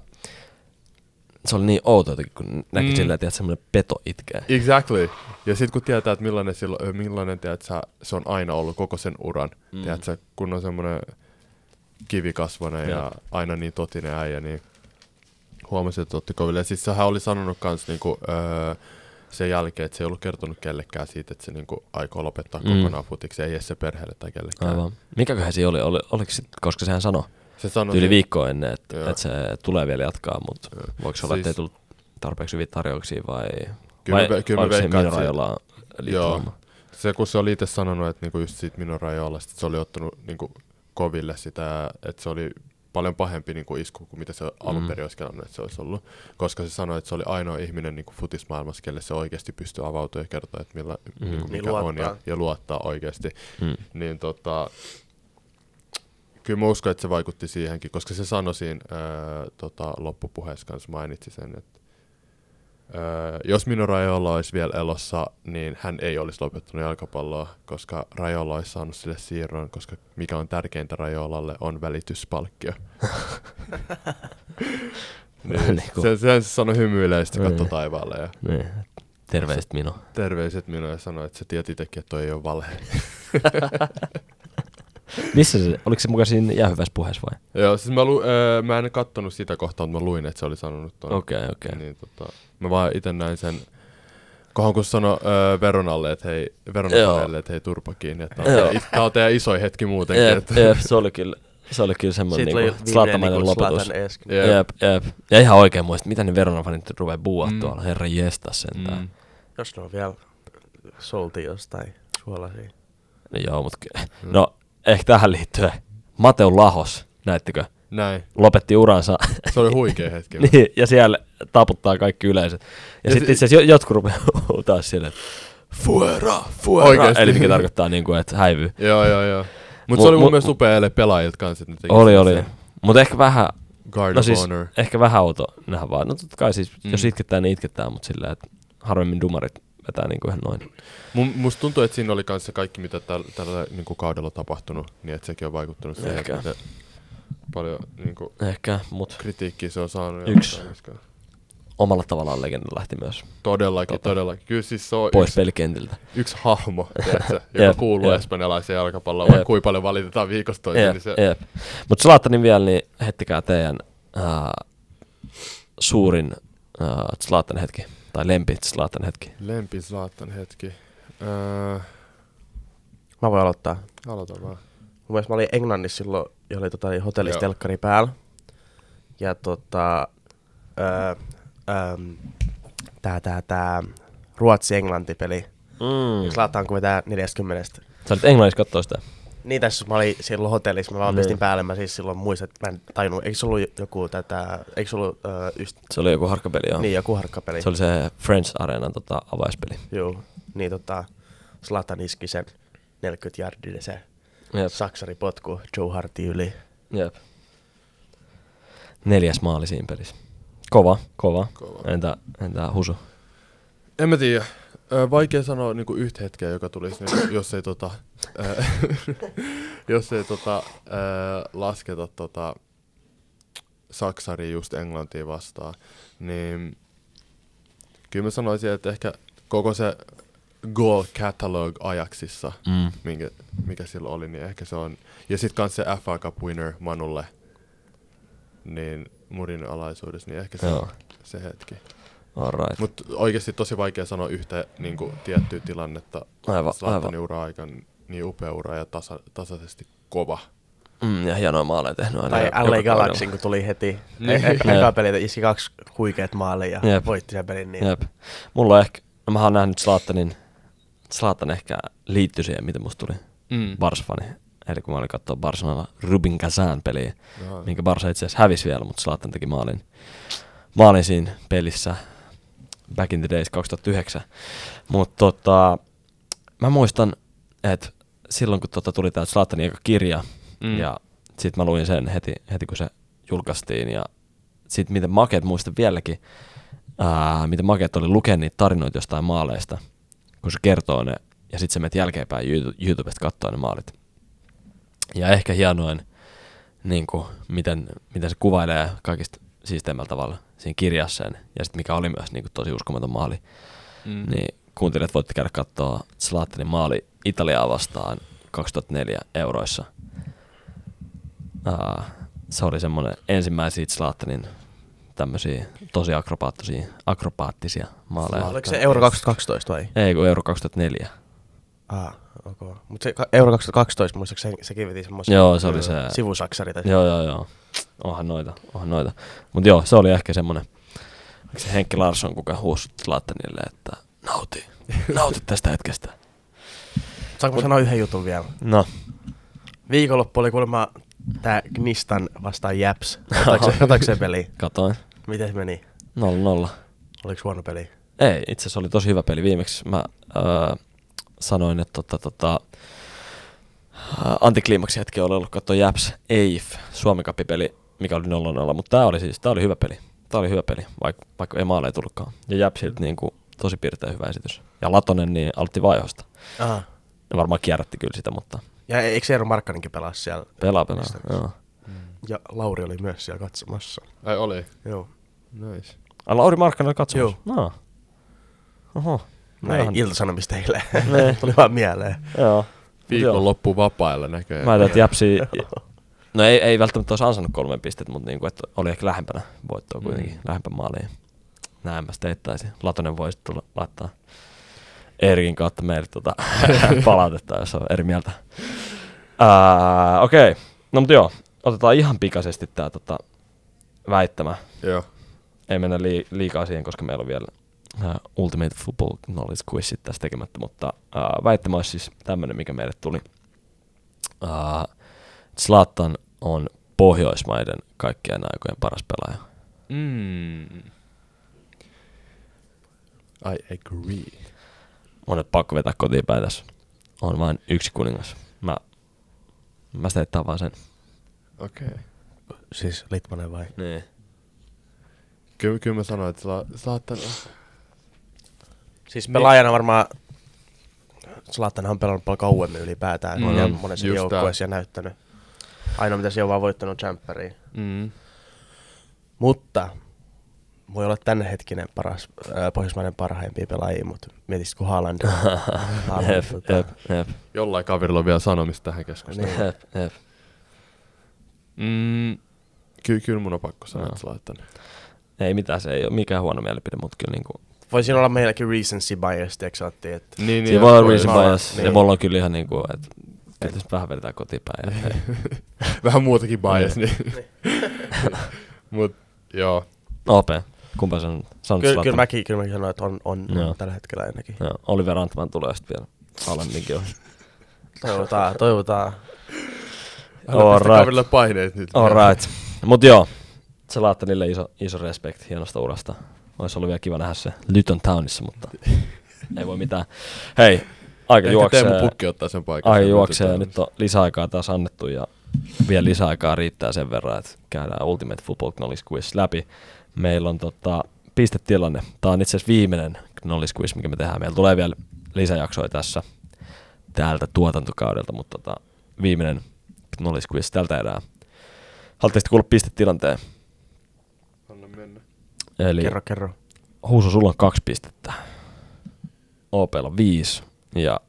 Speaker 1: se oli niin outo jotenkin, kun näki mm.
Speaker 2: Mm.
Speaker 1: silleen, että semmoinen peto itkee.
Speaker 2: Exactly. Ja sitten kun tietää, että millainen, sillä, ö, millainen tiedät, sä, se on aina ollut koko sen uran,
Speaker 1: Mm.
Speaker 2: mm. tiedät, sä, kun on semmoinen kivikasvainen ja
Speaker 1: Jep.
Speaker 2: aina niin totinen äijä, niin huomasin, että otti koville. Ja siis sehän oli sanonut kans niinku, öö, sen jälkeen, että se ei ollut kertonut kellekään siitä, että se niinku aikoo lopettaa
Speaker 1: Mm.
Speaker 2: mm. kokonaan futiksi, ei edes se perheelle tai kellekään.
Speaker 1: Aivan. Mikäköhän se oli? oli oliko sit, koska sehän sanoi
Speaker 2: Se sanoi,
Speaker 1: yli
Speaker 2: niin-
Speaker 1: viikkoa ennen, että
Speaker 2: Joo.
Speaker 1: et se tulee vielä jatkaa, mutta
Speaker 2: Joo.
Speaker 1: voiko se olla, että ei
Speaker 2: Siis-
Speaker 1: tullut tarpeeksi hyviä tarjouksia vai,
Speaker 2: Kyllä
Speaker 1: vai
Speaker 2: mä ve- kyllä mä
Speaker 1: oliko se
Speaker 2: veikkaan,
Speaker 1: Mino
Speaker 2: että se-
Speaker 1: Raiola liittyvä?
Speaker 2: Se kun se oli itse sanonut, että niinku just siitä minun rajoilla, sit se oli ottanut niinku koville sitä, että se oli paljon pahempi niinku isku kuin mitä se alun
Speaker 1: Mm.
Speaker 2: perin olisi kelannut, että se olisi ollut. Koska se sanoi, että se oli ainoa ihminen niinku futismaailmassa, kelle se oikeasti pystyy avautumaan ja kertoa, että millä,
Speaker 1: Mm.
Speaker 2: mm. niinku,
Speaker 3: Niin
Speaker 2: mikä niin on ja,
Speaker 3: luottaa.
Speaker 2: ja luottaa oikeasti.
Speaker 1: Mm.
Speaker 2: Niin tota, kyllä mä uskon, että se vaikutti siihenkin, koska se sanoi siinä ää, tota, loppupuheessa kanssa mainitsi sen, että Öö, jos minun Rajola olisi vielä elossa, niin hän ei olisi lopettanut jalkapalloa, koska Rajola olisi saanut sille siirron, koska mikä on tärkeintä Rajolalle on välityspalkkio.
Speaker 1: *laughs* Vähän niinku-
Speaker 2: sen, sen Niin. se sanoi hymyilee sitten katso
Speaker 1: Niin.
Speaker 2: taivaalle ja
Speaker 1: Niin. Terveiset Mino.
Speaker 2: terveiset minulle ja sanoi, että sä tiedät itsekin, että toi ei ole valhe.
Speaker 1: Missä se, oliko se mukaan siinä jäähyvässä puheessa vai?
Speaker 2: Joo, siis mä, lu, öö, mä en kattonut sitä kohtaa, mutta mä luin, että se oli sanonut tuon.
Speaker 1: Okei, okay, okei. Okay.
Speaker 2: Niin, tota, mä vaan itse näin sen, kohan kun sano öö, Veronalle, että hei,
Speaker 1: Joo.
Speaker 2: Veronalle, että hei turpa kiinni, että
Speaker 1: Joo.
Speaker 2: tää on, tää on teidän isoin hetki muutenkin.
Speaker 1: Jep,
Speaker 2: että-
Speaker 1: jep, se oli kyllä, se oli kyllä semmoinen
Speaker 3: Siitä tuli
Speaker 1: niinku,
Speaker 3: viimeinen
Speaker 1: slaattamainen
Speaker 3: niinku
Speaker 1: lopetus.
Speaker 3: Zlatan esk.
Speaker 2: Jep.
Speaker 1: Jep, jep. Ja ihan oikein muista, mitä ne Veronafanit rupeaa buua mm.
Speaker 2: Mm.
Speaker 1: tuolla, herra jesta sentään. Mm.
Speaker 2: Mm.
Speaker 3: Jos ne on vielä solti jostain suolaisia.
Speaker 1: No joo, mut ky-
Speaker 2: Mm.
Speaker 1: no ehkä tähän liittyen. Mateu Lahos, näittekö,
Speaker 2: Näin.
Speaker 1: lopetti uransa.
Speaker 2: Se oli huikea hetki.
Speaker 1: *laughs* niin, ja siellä taputtaa kaikki yleisöt. Ja,
Speaker 2: Ja
Speaker 1: sitten
Speaker 2: se-
Speaker 1: itse asiassa jo- jotkut rupeaa *laughs* huutaa sille, että fuera, fuera.
Speaker 2: Oikeesti.
Speaker 1: Eli mikä tarkoittaa niin kuin, että häivy.
Speaker 2: joo, joo, joo. Mut
Speaker 1: Mu-
Speaker 2: se oli
Speaker 1: mu-
Speaker 2: mun mielestä upea ele pelaajilta kanssa, että ne teki
Speaker 1: Oli,
Speaker 2: sen-
Speaker 1: oli.
Speaker 2: sen
Speaker 1: Mutta ehkä vähän,
Speaker 2: Guard
Speaker 1: no
Speaker 2: of
Speaker 1: siis
Speaker 2: Honor.
Speaker 1: ehkä vähän outo nähdä vaan. No totta kai siis, mm.
Speaker 2: Mm.
Speaker 1: jos itketään, niin itketään, mutta sillä, että harvemmin dumarit vetää niin kuin ihan noin.
Speaker 2: Mun, musta tuntuu, että siinä oli kanssa kaikki, mitä tällä, tällä niin kuin kaudella tapahtunut, niin että sekin on vaikuttanut siihen,
Speaker 1: Ehkä.
Speaker 2: että miten paljon niin kuin,
Speaker 1: Ehkä, mutta
Speaker 2: kritiikkiä se on saanut. ja
Speaker 1: Yksi.
Speaker 2: mitä-
Speaker 1: omalla tavallaan legenda lähti myös
Speaker 2: Todellakin,
Speaker 1: Tota,
Speaker 2: tota, todellakin. Kyllä siis se on
Speaker 1: pois
Speaker 2: yksi,
Speaker 1: pelikentiltä.
Speaker 2: yksi
Speaker 1: *laughs*
Speaker 2: hahmo, tiedätkö, joka
Speaker 1: Jep,
Speaker 2: kuuluu
Speaker 1: jep.
Speaker 2: espanjalaiseen jalkapalloon, vaikka
Speaker 1: Jep.
Speaker 2: kuinka paljon valitetaan viikosta toiseen.
Speaker 1: Jep,
Speaker 2: Niin se,
Speaker 1: jep. Mutta Zlatanin vielä, niin hettikää teidän uh, suurin uh, Zlatan hetki, tai lempi Zlatan hetki.
Speaker 2: Lempi Zlatan hetki. Öö,
Speaker 3: Mä voin aloittaa.
Speaker 2: aloita vaan.
Speaker 3: Mun mielestä mä olin Englannissa silloin, ja oli tota,
Speaker 2: Joo.
Speaker 3: hotellistelkkari päällä. Ja tota, öö, öö, tää, tää, tää Ruotsi-Englanti peli.
Speaker 1: Mm.
Speaker 3: Mm. Zlatan kun vetää 40.
Speaker 1: Sä olit englanniksi kattoo sitä.
Speaker 3: Niin tässä mä olin silloin hotellissa, mä vaan
Speaker 1: Niin.
Speaker 3: pistin päälle, mä siis silloin muistan, että mä en tajunnut, eikö se ollut joku tätä, eikö se ollut öö, yst,
Speaker 1: Se oli joku harkkapeli, joo.
Speaker 3: niin joku harkkapeli.
Speaker 1: No. Se oli se French Arenan tota, avaispeli.
Speaker 3: Joo, niin tota, Zlatan iski sen 40 yardille se
Speaker 1: Jep.
Speaker 3: saksaripotku Joe Harty yli.
Speaker 1: Jep. Neljäs maali siinä pelissä. Kova, kova.
Speaker 2: Kova.
Speaker 1: Entä, entä Husu?
Speaker 2: En mä tiedä. Ö, Vaikea sanoa niinku yhtä hetkeä, joka tulisi, nyt, jos ei, tota, ö, *laughs* jos ei tota, ö, lasketa tota, Saksari just Englantia vastaan, niin kyllä mä sanoisin, että ehkä koko se goal catalog ajaksissa,
Speaker 1: Mm.
Speaker 2: minkä, mikä sillä oli, niin ehkä se on. Ja sitten kans se FA Cup winner Manulle, niin murin alaisuudessa, niin ehkä se,
Speaker 1: Joo.
Speaker 2: se hetki.
Speaker 1: All right. Mut,
Speaker 2: Mutta oikeasti tosi vaikea sanoa yhtä niin kuin, tiettyä tilannetta.
Speaker 1: Aivan,
Speaker 2: Zlatanin
Speaker 1: aivan.
Speaker 2: ura-aika on niin upea ura ja tasa, tasaisesti kova.
Speaker 1: mm, ja hienoja maaleja tehnyt aina.
Speaker 3: Tai
Speaker 1: joka-
Speaker 3: LA
Speaker 1: joka
Speaker 3: Galaxy,
Speaker 1: kaudella.
Speaker 3: kun tuli heti.
Speaker 2: Niin.
Speaker 3: E- e-
Speaker 1: Jep.
Speaker 3: eka peli iski kaksi huikeat maalia ja
Speaker 1: Jep.
Speaker 3: voitti sen pelin. Niin
Speaker 1: Jep. Mulla on ehkä, no mä oon nähnyt Zlatanin, Zlatan ehkä liittyi siihen, miten musta tuli
Speaker 2: Mm.
Speaker 1: Barsfani. Eli kun mä olin katsoa Barcelona Rubin Kazan peliä,
Speaker 2: Joo.
Speaker 1: minkä Barsa itse asiassa hävisi vielä, mutta Zlatan teki maalin. Maalin siinä pelissä back in the days 2009. Mutta tota, mä muistan, että silloin kun tota tuli tää Zlatanin eka kirja, mm.
Speaker 2: Mm.
Speaker 1: ja sit mä luin sen heti, heti kun se julkaistiin, ja sit miten makeet muistan vieläkin, ää, miten makeet oli lukea niitä tarinoita jostain maaleista, kun se kertoo ne, ja sit sä menet jälkeenpäin Youtu- YouTubesta katsoa ne maalit. Ja ehkä hienoin, niin kuin, miten, miten se kuvailee kaikista siisteimmällä tavalla siinä kirjassa sen, ja sitten mikä oli myös niin kuin, tosi uskomaton maali. Mm. Niin kuuntelijat voitte käydä katsoa Zlatanin maali Italiaa vastaan 2004 euroissa. Uh, se oli semmoinen ensimmäisiä Zlatanin tämmöisiä tosi akrobaattisia, akrobaattisia maaleja.
Speaker 3: Oliko se Euro 2012 vai?
Speaker 1: Ei, kun Euro 2004.
Speaker 3: Ah, ok. Mutta se ka- Euro 2012 muistaakseni se, sekin veti semmoisen
Speaker 1: Joo, se oli se-
Speaker 3: sivusaksari. Tai
Speaker 1: Joo, joo, joo. Onhan noita, onhan noita. Mutta joo, se oli ehkä semmoinen, oliko se Henkki Larsson, kuka huusi Zlatanille, että nauti, nauti tästä hetkestä.
Speaker 3: Saanko mä sanoa yhden jutun vielä?
Speaker 1: No,
Speaker 3: Viikonloppu oli kuulemma tää Gnistan vastaan Japs. Katsoiko se peli?
Speaker 1: katoin.
Speaker 3: Miten se meni?
Speaker 1: Nolla nolla.
Speaker 3: Oliko huono peli?
Speaker 1: Ei, itse asiassa oli tosi hyvä peli. Viimeksi mä öö, sanoin, että tota, tota, ää, antikliimaksi hetki oli ollut katsoa Japs Eif, Suomen kappipeli, mikä oli 0-0, mutta tämä oli siis, tää oli hyvä peli. Tämä oli hyvä peli, vaikka, vaikka ei maaleja tullutkaan. Ja Japsilta niin kuin, tosi piirtein hyvä esitys. Ja Latonen niin altti vaihosta.
Speaker 3: Aha.
Speaker 1: Ne varmaan kierrätti kyllä sitä, mutta
Speaker 3: Ja e- eikö Eero Markkanenkin pelaa siellä?
Speaker 1: pelaa pelaa.
Speaker 3: Mistä?
Speaker 1: Joo.
Speaker 3: Ja Lauri oli myös siellä katsomassa.
Speaker 2: Ai oli.
Speaker 3: Joo.
Speaker 2: Nice.
Speaker 1: Ai, Ah, Lauri Markkanen katsomassa?
Speaker 3: Joo.
Speaker 1: No. Oho.
Speaker 3: Näin
Speaker 1: Ihan-
Speaker 3: iltasanomista eilen.
Speaker 1: Ne.
Speaker 3: No *laughs* Tuli vaan mieleen.
Speaker 1: Joo. Joo.
Speaker 2: Viikonloppu vapailla näköjään.
Speaker 1: Mä ajattelin, että Japsi... No ei, ei välttämättä olisi ansainnut kolmen pistettä, mutta niinku, että oli ehkä lähempänä voittoa kuitenkin, mm. lähempänä maaliin. Näin mä steittäisin. Latonen voisi tulla laittaa Erikin kautta meille tota *laughs* palautetta, jos on eri mieltä. Ää, Okei, okay. no mutta joo, otetaan ihan pikaisesti tää tota, väittämä.
Speaker 2: Joo.
Speaker 1: Ei mennä lii- liikaa siihen, koska meillä on vielä ää, Ultimate Football Knowledge Quizit tässä tekemättä, mutta ää, väittämä olisi siis tämmöinen, mikä meille tuli. Ää, Zlatan on Pohjoismaiden kaikkien aikojen paras pelaaja.
Speaker 2: Mm. I agree.
Speaker 1: Monet pakko vetää kotiin päin tässä. On vain yksi kuningas. Mä, mä steittään vaan sen.
Speaker 2: Okei. Okay.
Speaker 3: Siis Litmanen vai?
Speaker 1: Niin.
Speaker 2: Kyllä, kyllä mä sanoin, että Zla- Zlatan...
Speaker 3: Siis pelaajana varmaan Zlatan on pelannut paljon kauemmin ylipäätään.
Speaker 2: Mm,
Speaker 3: Mm, ja
Speaker 1: mm,
Speaker 3: monessa
Speaker 2: just
Speaker 3: joukkueessa ja näyttänyt. Mm. Ainoa mitä se on vaan voittanut tsemppäriin.
Speaker 2: Mm.
Speaker 3: Mutta voi olla tänne hetkinen paras, äh, pohjoismainen parhaimpia pelaajia, mutta mietisit kun
Speaker 1: *laughs*
Speaker 3: Haaland. Haaland,
Speaker 1: Jep,
Speaker 3: tota,
Speaker 1: jep, jep,
Speaker 2: Jollain kaverilla on vielä sanomista tähän keskusteluun.
Speaker 3: Niin.
Speaker 1: jep, jep.
Speaker 2: Mm, ky- kyllä mun on pakko sanoa,
Speaker 1: Niin. Joo.
Speaker 2: että sä laitat tänne.
Speaker 1: Ei mitään, se ei ole mikään huono mielipide, mutta kyllä niinku,
Speaker 3: Voisin olla meilläkin recency bias, tiedätkö sä, Otti, että
Speaker 2: Niin, niin,
Speaker 1: siinä voi olla
Speaker 2: voi-
Speaker 1: reason
Speaker 3: olla,
Speaker 1: bias, ja
Speaker 3: niin.
Speaker 1: mulla on kyllä ihan niinku, että tietysti vähän vedetään kotipäin.
Speaker 3: Niin.
Speaker 1: ja-
Speaker 2: *laughs* Vähän muutakin bias,
Speaker 1: Niin.
Speaker 2: niin. *laughs* Mut, joo.
Speaker 1: OP, kumpa sen sanot
Speaker 3: kyllä,
Speaker 1: Zlatan?
Speaker 3: kyllä, mäkin, kyllä mäkin sanon, että on, on
Speaker 1: Joo.
Speaker 3: tällä hetkellä ainakin.
Speaker 1: Joo, Oliver Antman tulee sitten vielä alemminkin.
Speaker 3: Toivotaan, toivotaan.
Speaker 2: Älä
Speaker 1: All
Speaker 2: pistä
Speaker 1: right.
Speaker 2: kaverille paineet nyt.
Speaker 1: All right. Mut joo, Zlatanille iso, iso respekt hienosta urasta. Olisi ollut vielä kiva nähdä se Lyton Townissa, mutta ei voi mitään. Hei, aika
Speaker 2: Ehkä
Speaker 1: juoksee.
Speaker 2: Teemu Pukki ottaa sen paikan.
Speaker 1: Aika
Speaker 2: Sen
Speaker 1: juoksee ja
Speaker 2: otetaan.
Speaker 1: nyt on lisäaikaa taas annettu ja vielä lisäaikaa riittää sen verran, että käydään Ultimate Football Knowledge Quiz läpi. Meillä on tota, pistetilanne. Tämä on itse asiassa viimeinen Knowledge Quiz, mikä me tehdään. Meillä tulee vielä lisäjaksoja tässä täältä tuotantokaudelta, mutta tota, viimeinen Knowledge Quiz tältä erää. Haluatteko kuulla pistetilanteen?
Speaker 2: Anna mennä.
Speaker 1: Eli
Speaker 3: Kerro, kerro.
Speaker 1: Huusu, sulla on kaksi pistettä. OPlla on viisi ja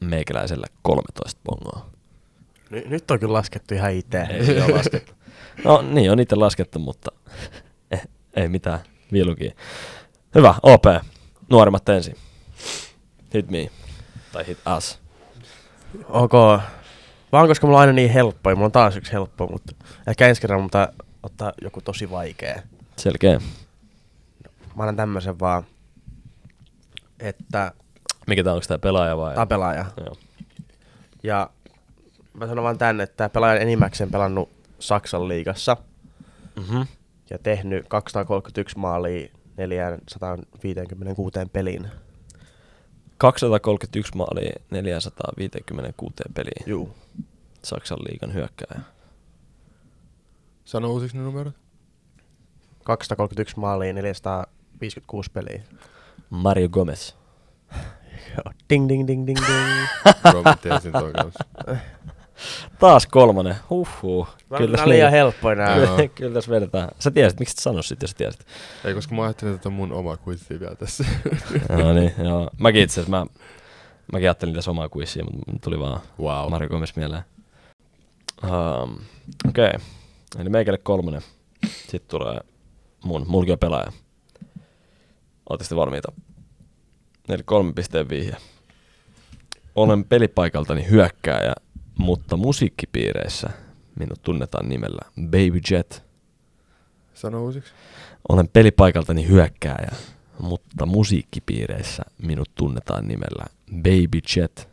Speaker 1: meikäläisellä 13 pongoa.
Speaker 3: Ny- nyt on kyllä laskettu ihan itse.
Speaker 1: Ei ole laskettu. No niin, on itse laskettu, mutta *laughs* eh, ei mitään. Viilukin. Hyvä, OP. Nuorimmat ensin. Hit me. Tai hit us.
Speaker 3: *laughs* Ok. Vaan koska mulla on aina niin helppoja, mulla on taas yksi helppo, mutta ehkä ensi kerralla mutta ottaa joku tosi vaikea.
Speaker 1: Selkeä.
Speaker 3: Mä annan tämmösen vaan, että
Speaker 1: Mikä tää on, onko tää pelaaja vai?
Speaker 3: tää on pelaaja.
Speaker 1: Joo.
Speaker 3: Ja mä sanon vaan tänne, että tää pelaaja on enimmäkseen pelannut Saksan liigassa
Speaker 1: Mm-hmm.
Speaker 3: ja tehnyt 231 maalia 456 peliin.
Speaker 1: 231 maalia 456 peliin.
Speaker 3: Juu.
Speaker 1: Saksan liigan hyökkääjä.
Speaker 2: Sano uusiksi ne *laughs* numerot.
Speaker 3: 231 maalia 456 peliä.
Speaker 1: Mario Gomez.
Speaker 3: Joo. Ding ding ding ding ding.
Speaker 2: Joo, mä tiesin ton kanssa.
Speaker 1: Taas kolmonen. Huhhuh.
Speaker 3: Kyllä, niin. Nämä on liian helppoja nää.
Speaker 2: Joo.
Speaker 1: *laughs* Kyllä tässä vedetään. Sä tiesit, miksi et sano sit, jos tiesit?
Speaker 2: Ei, koska mä ajattelin, että on mun oma kuitti vielä tässä.
Speaker 1: no niin, joo. Mäkin itse asiassa, mä, mäkin ajattelin tässä omaa kuissia, mutta mun tuli vaan
Speaker 2: *laughs* wow.
Speaker 1: Mario Gomez mieleen. Um, Okei, okay. eli meikälle kolmonen. Sitten tulee mun, mulki on pelaaja. Ootte sitten valmiita. Eli kolme pisteen vihje. Olen pelipaikaltani hyökkääjä, mutta musiikkipiireissä minut tunnetaan nimellä Baby Jet –
Speaker 2: Sano uusiksi.
Speaker 1: olen pelipaikaltani hyökkääjä, mutta musiikkipiireissä minut tunnetaan nimellä Baby Jet.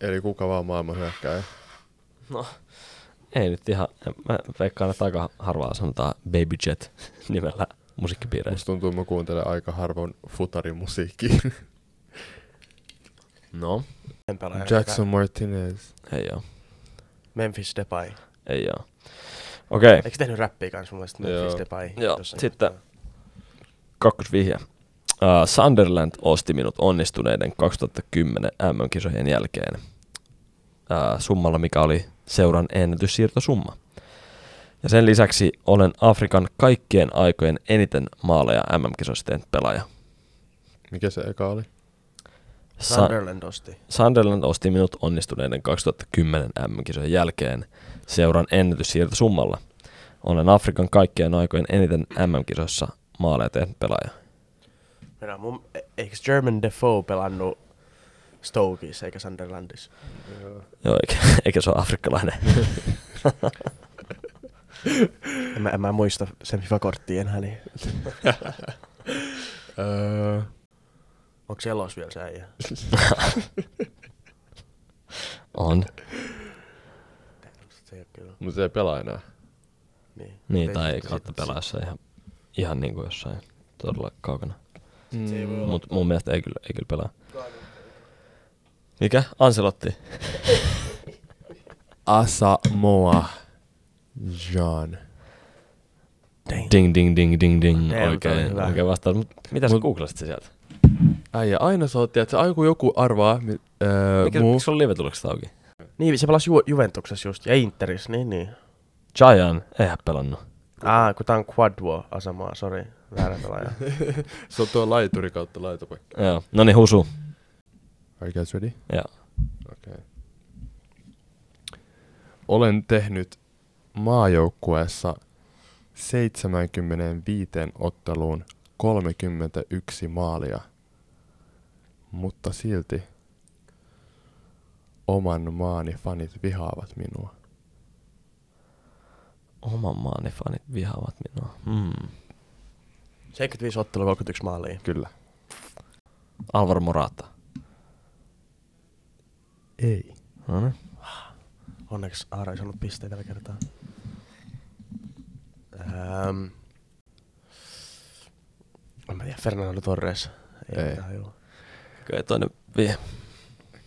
Speaker 2: Eli kuka vaan maailman hyökkääjä.
Speaker 1: No, Ei nyt ihan, mä veikkaan, että aika harvaa sanotaan Baby Jet nimellä
Speaker 2: Musta
Speaker 1: musiikkipiireissä.
Speaker 2: tuntuu, mä kuuntelen aika harvoin futarin musiikki. *laughs*
Speaker 1: No.
Speaker 3: En pelaa
Speaker 2: Jackson Martinez.
Speaker 1: Ei oo,
Speaker 3: Memphis Depay.
Speaker 1: ei oo. Okei, okay.
Speaker 3: Eikö se tehnyt räppiä kanssa mun mielestä Memphis
Speaker 2: Joo.
Speaker 3: Depay?
Speaker 1: Joo,
Speaker 3: jossain
Speaker 1: sitten-
Speaker 3: kohtaa?
Speaker 1: kakkosvihje. Uh, Sunderland osti minut onnistuneiden 2010 MM-kisojen jälkeen uh, summalla, mikä oli seuran ennätyssiirtosumma. Ja sen lisäksi olen Afrikan kaikkien aikojen eniten maaleja MM-kisoisten pelaaja.
Speaker 2: Mikä se eka oli?
Speaker 1: Sa-
Speaker 3: Sunderland osti.
Speaker 1: Sunderland osti minut onnistuneiden 2010 MM-kisojen jälkeen seuran ennätyssiirtosummalla. Olen Afrikan kaikkien aikojen eniten MM-kisoissa maaleja tehnyt pelaaja.
Speaker 3: Meillä on mun, e- eikö German Defoe pelannut Stokeissa eikä Sunderlandissa?
Speaker 1: Joo, eikä, *laughs* eikä se ole afrikkalainen.
Speaker 3: En mä, en mä muista sen FIFA-korttia enää, niin
Speaker 2: Öö,
Speaker 3: onko se elos vielä se äijä?
Speaker 1: On.
Speaker 3: Se ei ole kyllä.
Speaker 2: mutta se ei pelaa enää.
Speaker 3: Niin,
Speaker 1: Niin,
Speaker 3: Ei,
Speaker 1: tai ei
Speaker 3: se-
Speaker 1: kautta
Speaker 3: se-
Speaker 1: pelaessa ihan, ihan niin kuin jossain todella kaukana. Mm.
Speaker 3: se ei voi olla.
Speaker 1: Mutta mun mielestä ei kyllä, ei kyllä pelaa. Mikä? Anselotti.
Speaker 2: Asamoa. John.
Speaker 3: Dang.
Speaker 1: Ding, ding, ding, ding, ding.
Speaker 3: Ei, mutta oli
Speaker 1: Oikein,
Speaker 3: hyvä.
Speaker 1: oikein vastaus. Mut mitä sä googlasit se sieltä?
Speaker 2: Äijä, aina sä oot, tiedätkö, aina kun joku arvaa, mi, öö,
Speaker 1: Mikä,
Speaker 2: muu.
Speaker 1: miksi sulla live-tulokset auki?
Speaker 3: Niin, se pelasi Ju- Juventuksessa just ja Interissä, niin niin.
Speaker 1: Chayan, eihän pelannut.
Speaker 3: Ah, kun tää on quadwo-asemaa, sori. Väärä *laughs* pelaaja.
Speaker 2: Se on tuo laituri kautta laitopakki.
Speaker 1: Joo. No niin, husu.
Speaker 2: Are you guys ready?
Speaker 1: Joo.
Speaker 2: Okay. Olen tehnyt maajoukkueessa 75 otteluun 31 maalia, mutta silti oman maani fanit vihaavat minua.
Speaker 1: Oman maani fanit vihaavat minua. Mm.
Speaker 3: 75 ottelua 31 maaliin.
Speaker 2: Kyllä.
Speaker 1: Alvaro Morata.
Speaker 2: Ei.
Speaker 1: No niin.
Speaker 3: Onneksi Aara ei saanut pisteitä tällä kertaa. Ähm. En mä tiedä, Fernando Torres. Ei,
Speaker 2: Ei.
Speaker 3: ei. Tajua.
Speaker 1: Kyllä toinen vie.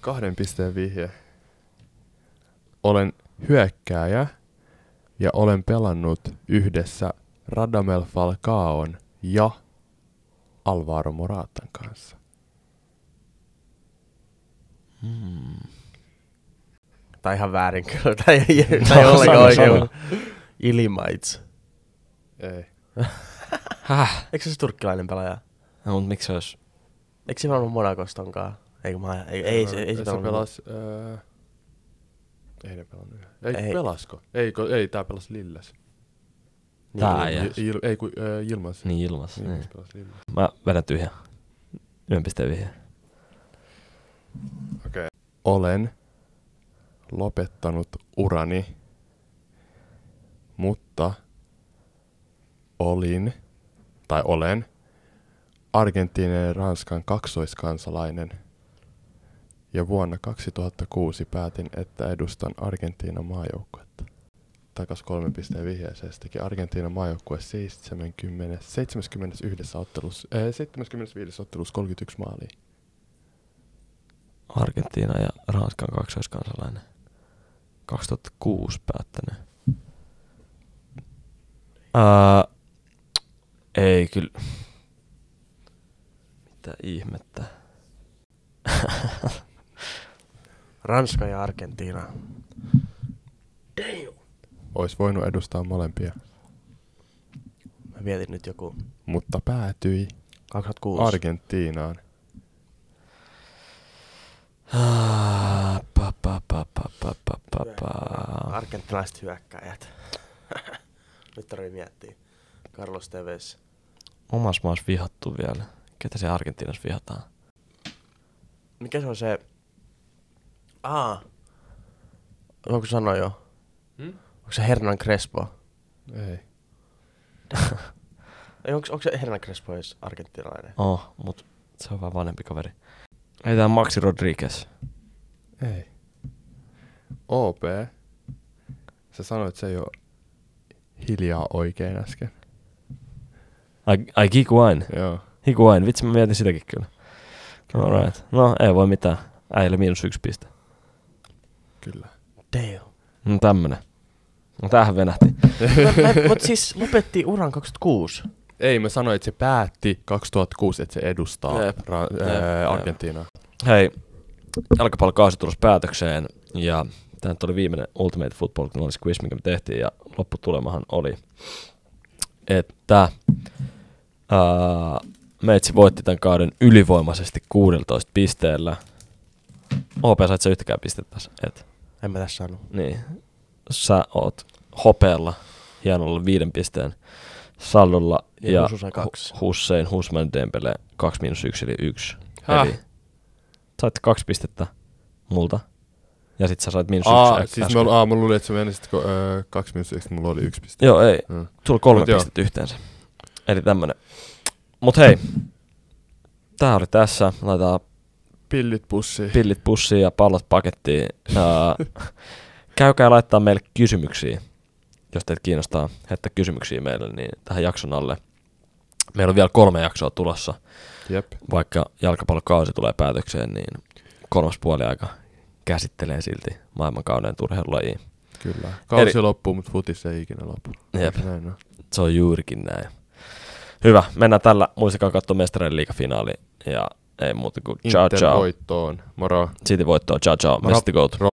Speaker 2: Kahden pisteen vihje. Olen hyökkääjä ja olen pelannut yhdessä Radamel Falcaon ja Alvaro Moratan kanssa.
Speaker 3: Tai ihan väärin kyllä. Tai
Speaker 1: *laughs*
Speaker 3: ei, tää ei
Speaker 1: Sama,
Speaker 3: ollenkaan
Speaker 1: sama,
Speaker 3: oikein.
Speaker 1: No, sama.
Speaker 3: Ilimaits.
Speaker 2: Ei.
Speaker 1: Häh?
Speaker 3: Eikö se se turkkilainen pelaaja?
Speaker 1: No, mutta miksi se olisi?
Speaker 3: Eikö se pelannut Monakostonkaan? Eikö mä, ei, ei, se, ei
Speaker 2: se
Speaker 3: se, pelannut-
Speaker 2: pelas, öö, Ei ne pelannut. Ei, ei.
Speaker 3: Ei.
Speaker 2: pelasko? Ei, ko, ei tää pelas Lilles.
Speaker 3: Niin,
Speaker 1: Tää
Speaker 3: niin.
Speaker 1: ei.
Speaker 2: Il, il, ei kun öö, Ilmas.
Speaker 1: Niin ilmas.
Speaker 2: Ilmas
Speaker 1: Niin.
Speaker 2: pelas Lilles.
Speaker 1: Mä vedän tyhjän. Yhden pisteen vihjeen.
Speaker 2: Okei. Olen lopettanut urani, mutta olin, tai olen, Argentiinan ja Ranskan kaksoiskansalainen. Ja vuonna 2006 päätin, että edustan Argentiinan maajoukkuetta. Takas kolmen pisteen vihjeeseensäkin Argentiinan maajoukkue 70, 71 ottelussa, äh, 75 ottelussa 31 maalia.
Speaker 1: Argentiina ja Ranskan kaksoiskansalainen. 2006 päättänyt. Ää, ei kyllä. Mitä ihmettä.
Speaker 3: Ranska ja Argentiina.
Speaker 2: Ois voinut edustaa molempia.
Speaker 3: Mä vietin nyt joku
Speaker 2: mutta päätyi
Speaker 3: 2006.
Speaker 2: Argentiinaan.
Speaker 1: Ah, pa, pa, pa, pa, pa, pa, pa, pa.
Speaker 3: Argentinaiset hyökkäjät. *laughs* nyt tarvii miettiä. Carlos Tevez.
Speaker 1: Omas maassa vihattu vielä. Ketä se Argentiinassa vihataan?
Speaker 3: Mikä se on se... Aa. Onko sano jo? Hmm? Onko se Hernan Crespo?
Speaker 2: Ei.
Speaker 3: Ei, onko, onko se Hernan Crespo edes argentinalainen?
Speaker 1: Oh, mut se on vähän vanhempi kaveri. Ei tää on Maxi Rodriguez.
Speaker 2: Ei. OP. Sä sanoit, että se ei ole hiljaa oikein
Speaker 1: *laughs*
Speaker 2: äsken.
Speaker 1: Ai, ai Giguain.
Speaker 2: Joo.
Speaker 1: Higuain, vitsi mä mietin sitäkin kyllä. Alright. No ei voi mitään. Äijälle miinus yksi piste.
Speaker 2: Kyllä.
Speaker 3: Damn.
Speaker 1: No tämmönen. No tämähän venähti.
Speaker 3: *laughs* Mutta siis lopetti uran 26.
Speaker 2: Ei, mä sanoin, että se päätti 2006, että se edustaa
Speaker 1: Jep.
Speaker 2: Ra-
Speaker 1: Jep,
Speaker 2: ää,
Speaker 1: jep.
Speaker 2: Argentiinaa.
Speaker 1: Hei, jalkapallokausi tulos päätökseen ja tämä nyt oli viimeinen Ultimate Football Knowledge Quiz, mikä me tehtiin ja lopputulemahan oli, että ää, Meitsi voitti tämän kauden ylivoimaisesti 16 pisteellä. OP, sait sä yhtäkään pistettä tässä? Et.
Speaker 3: En mä tässä saanut.
Speaker 1: Niin. Sä oot hopealla, hienolla viiden pisteen saldolla.
Speaker 2: Niin,
Speaker 3: Ja
Speaker 1: Ja,
Speaker 3: Husu sai kaksi.
Speaker 1: Hu- Hussein Husman Dembele 2 miinus 1 eli 1.
Speaker 2: Häh?
Speaker 1: Eli sait kaksi pistettä multa. Ja sit sä sait miinus
Speaker 2: Aa,
Speaker 1: yksi. äh,
Speaker 2: siis
Speaker 1: Niin äsken.
Speaker 2: mä, aa, mä luulin, että se meni sitten öö, kaksi minuuttia, sitten mulla oli yksi piste.
Speaker 1: Joo, ei.
Speaker 2: Mm.
Speaker 1: Tuli kolme
Speaker 2: Mut joo.
Speaker 1: pistettä yhteensä. Eli tämmönen. Mut hei. Tää oli tässä. Laitetaan
Speaker 2: Pillit pussiin.
Speaker 1: pillit pussiin ja pallot pakettiin. Ää, käykää laittaa meille kysymyksiä, jos teitä kiinnostaa heittää kysymyksiä meille niin tähän jakson alle. Meillä on vielä kolme jaksoa tulossa,
Speaker 2: Jep.
Speaker 1: vaikka jalkapallokausi tulee päätökseen, niin kolmas puoli aika käsittelee silti maailmankauden turheilulajia.
Speaker 2: Kyllä. Kausi
Speaker 1: Eli-
Speaker 2: loppuu, mutta futis ei ikinä lopu.
Speaker 1: Jep.
Speaker 2: Eikö Näin on?
Speaker 1: Se on juurikin näin. Hyvä, mennään tällä. Muistakaa katsoa mestarien liigafinaali ja ei muuta kuin ciao
Speaker 2: Inter
Speaker 1: ciao.
Speaker 2: voittoon. Moro.
Speaker 1: City voittoa, ciao ciao.
Speaker 2: Moro.
Speaker 1: Messi goat.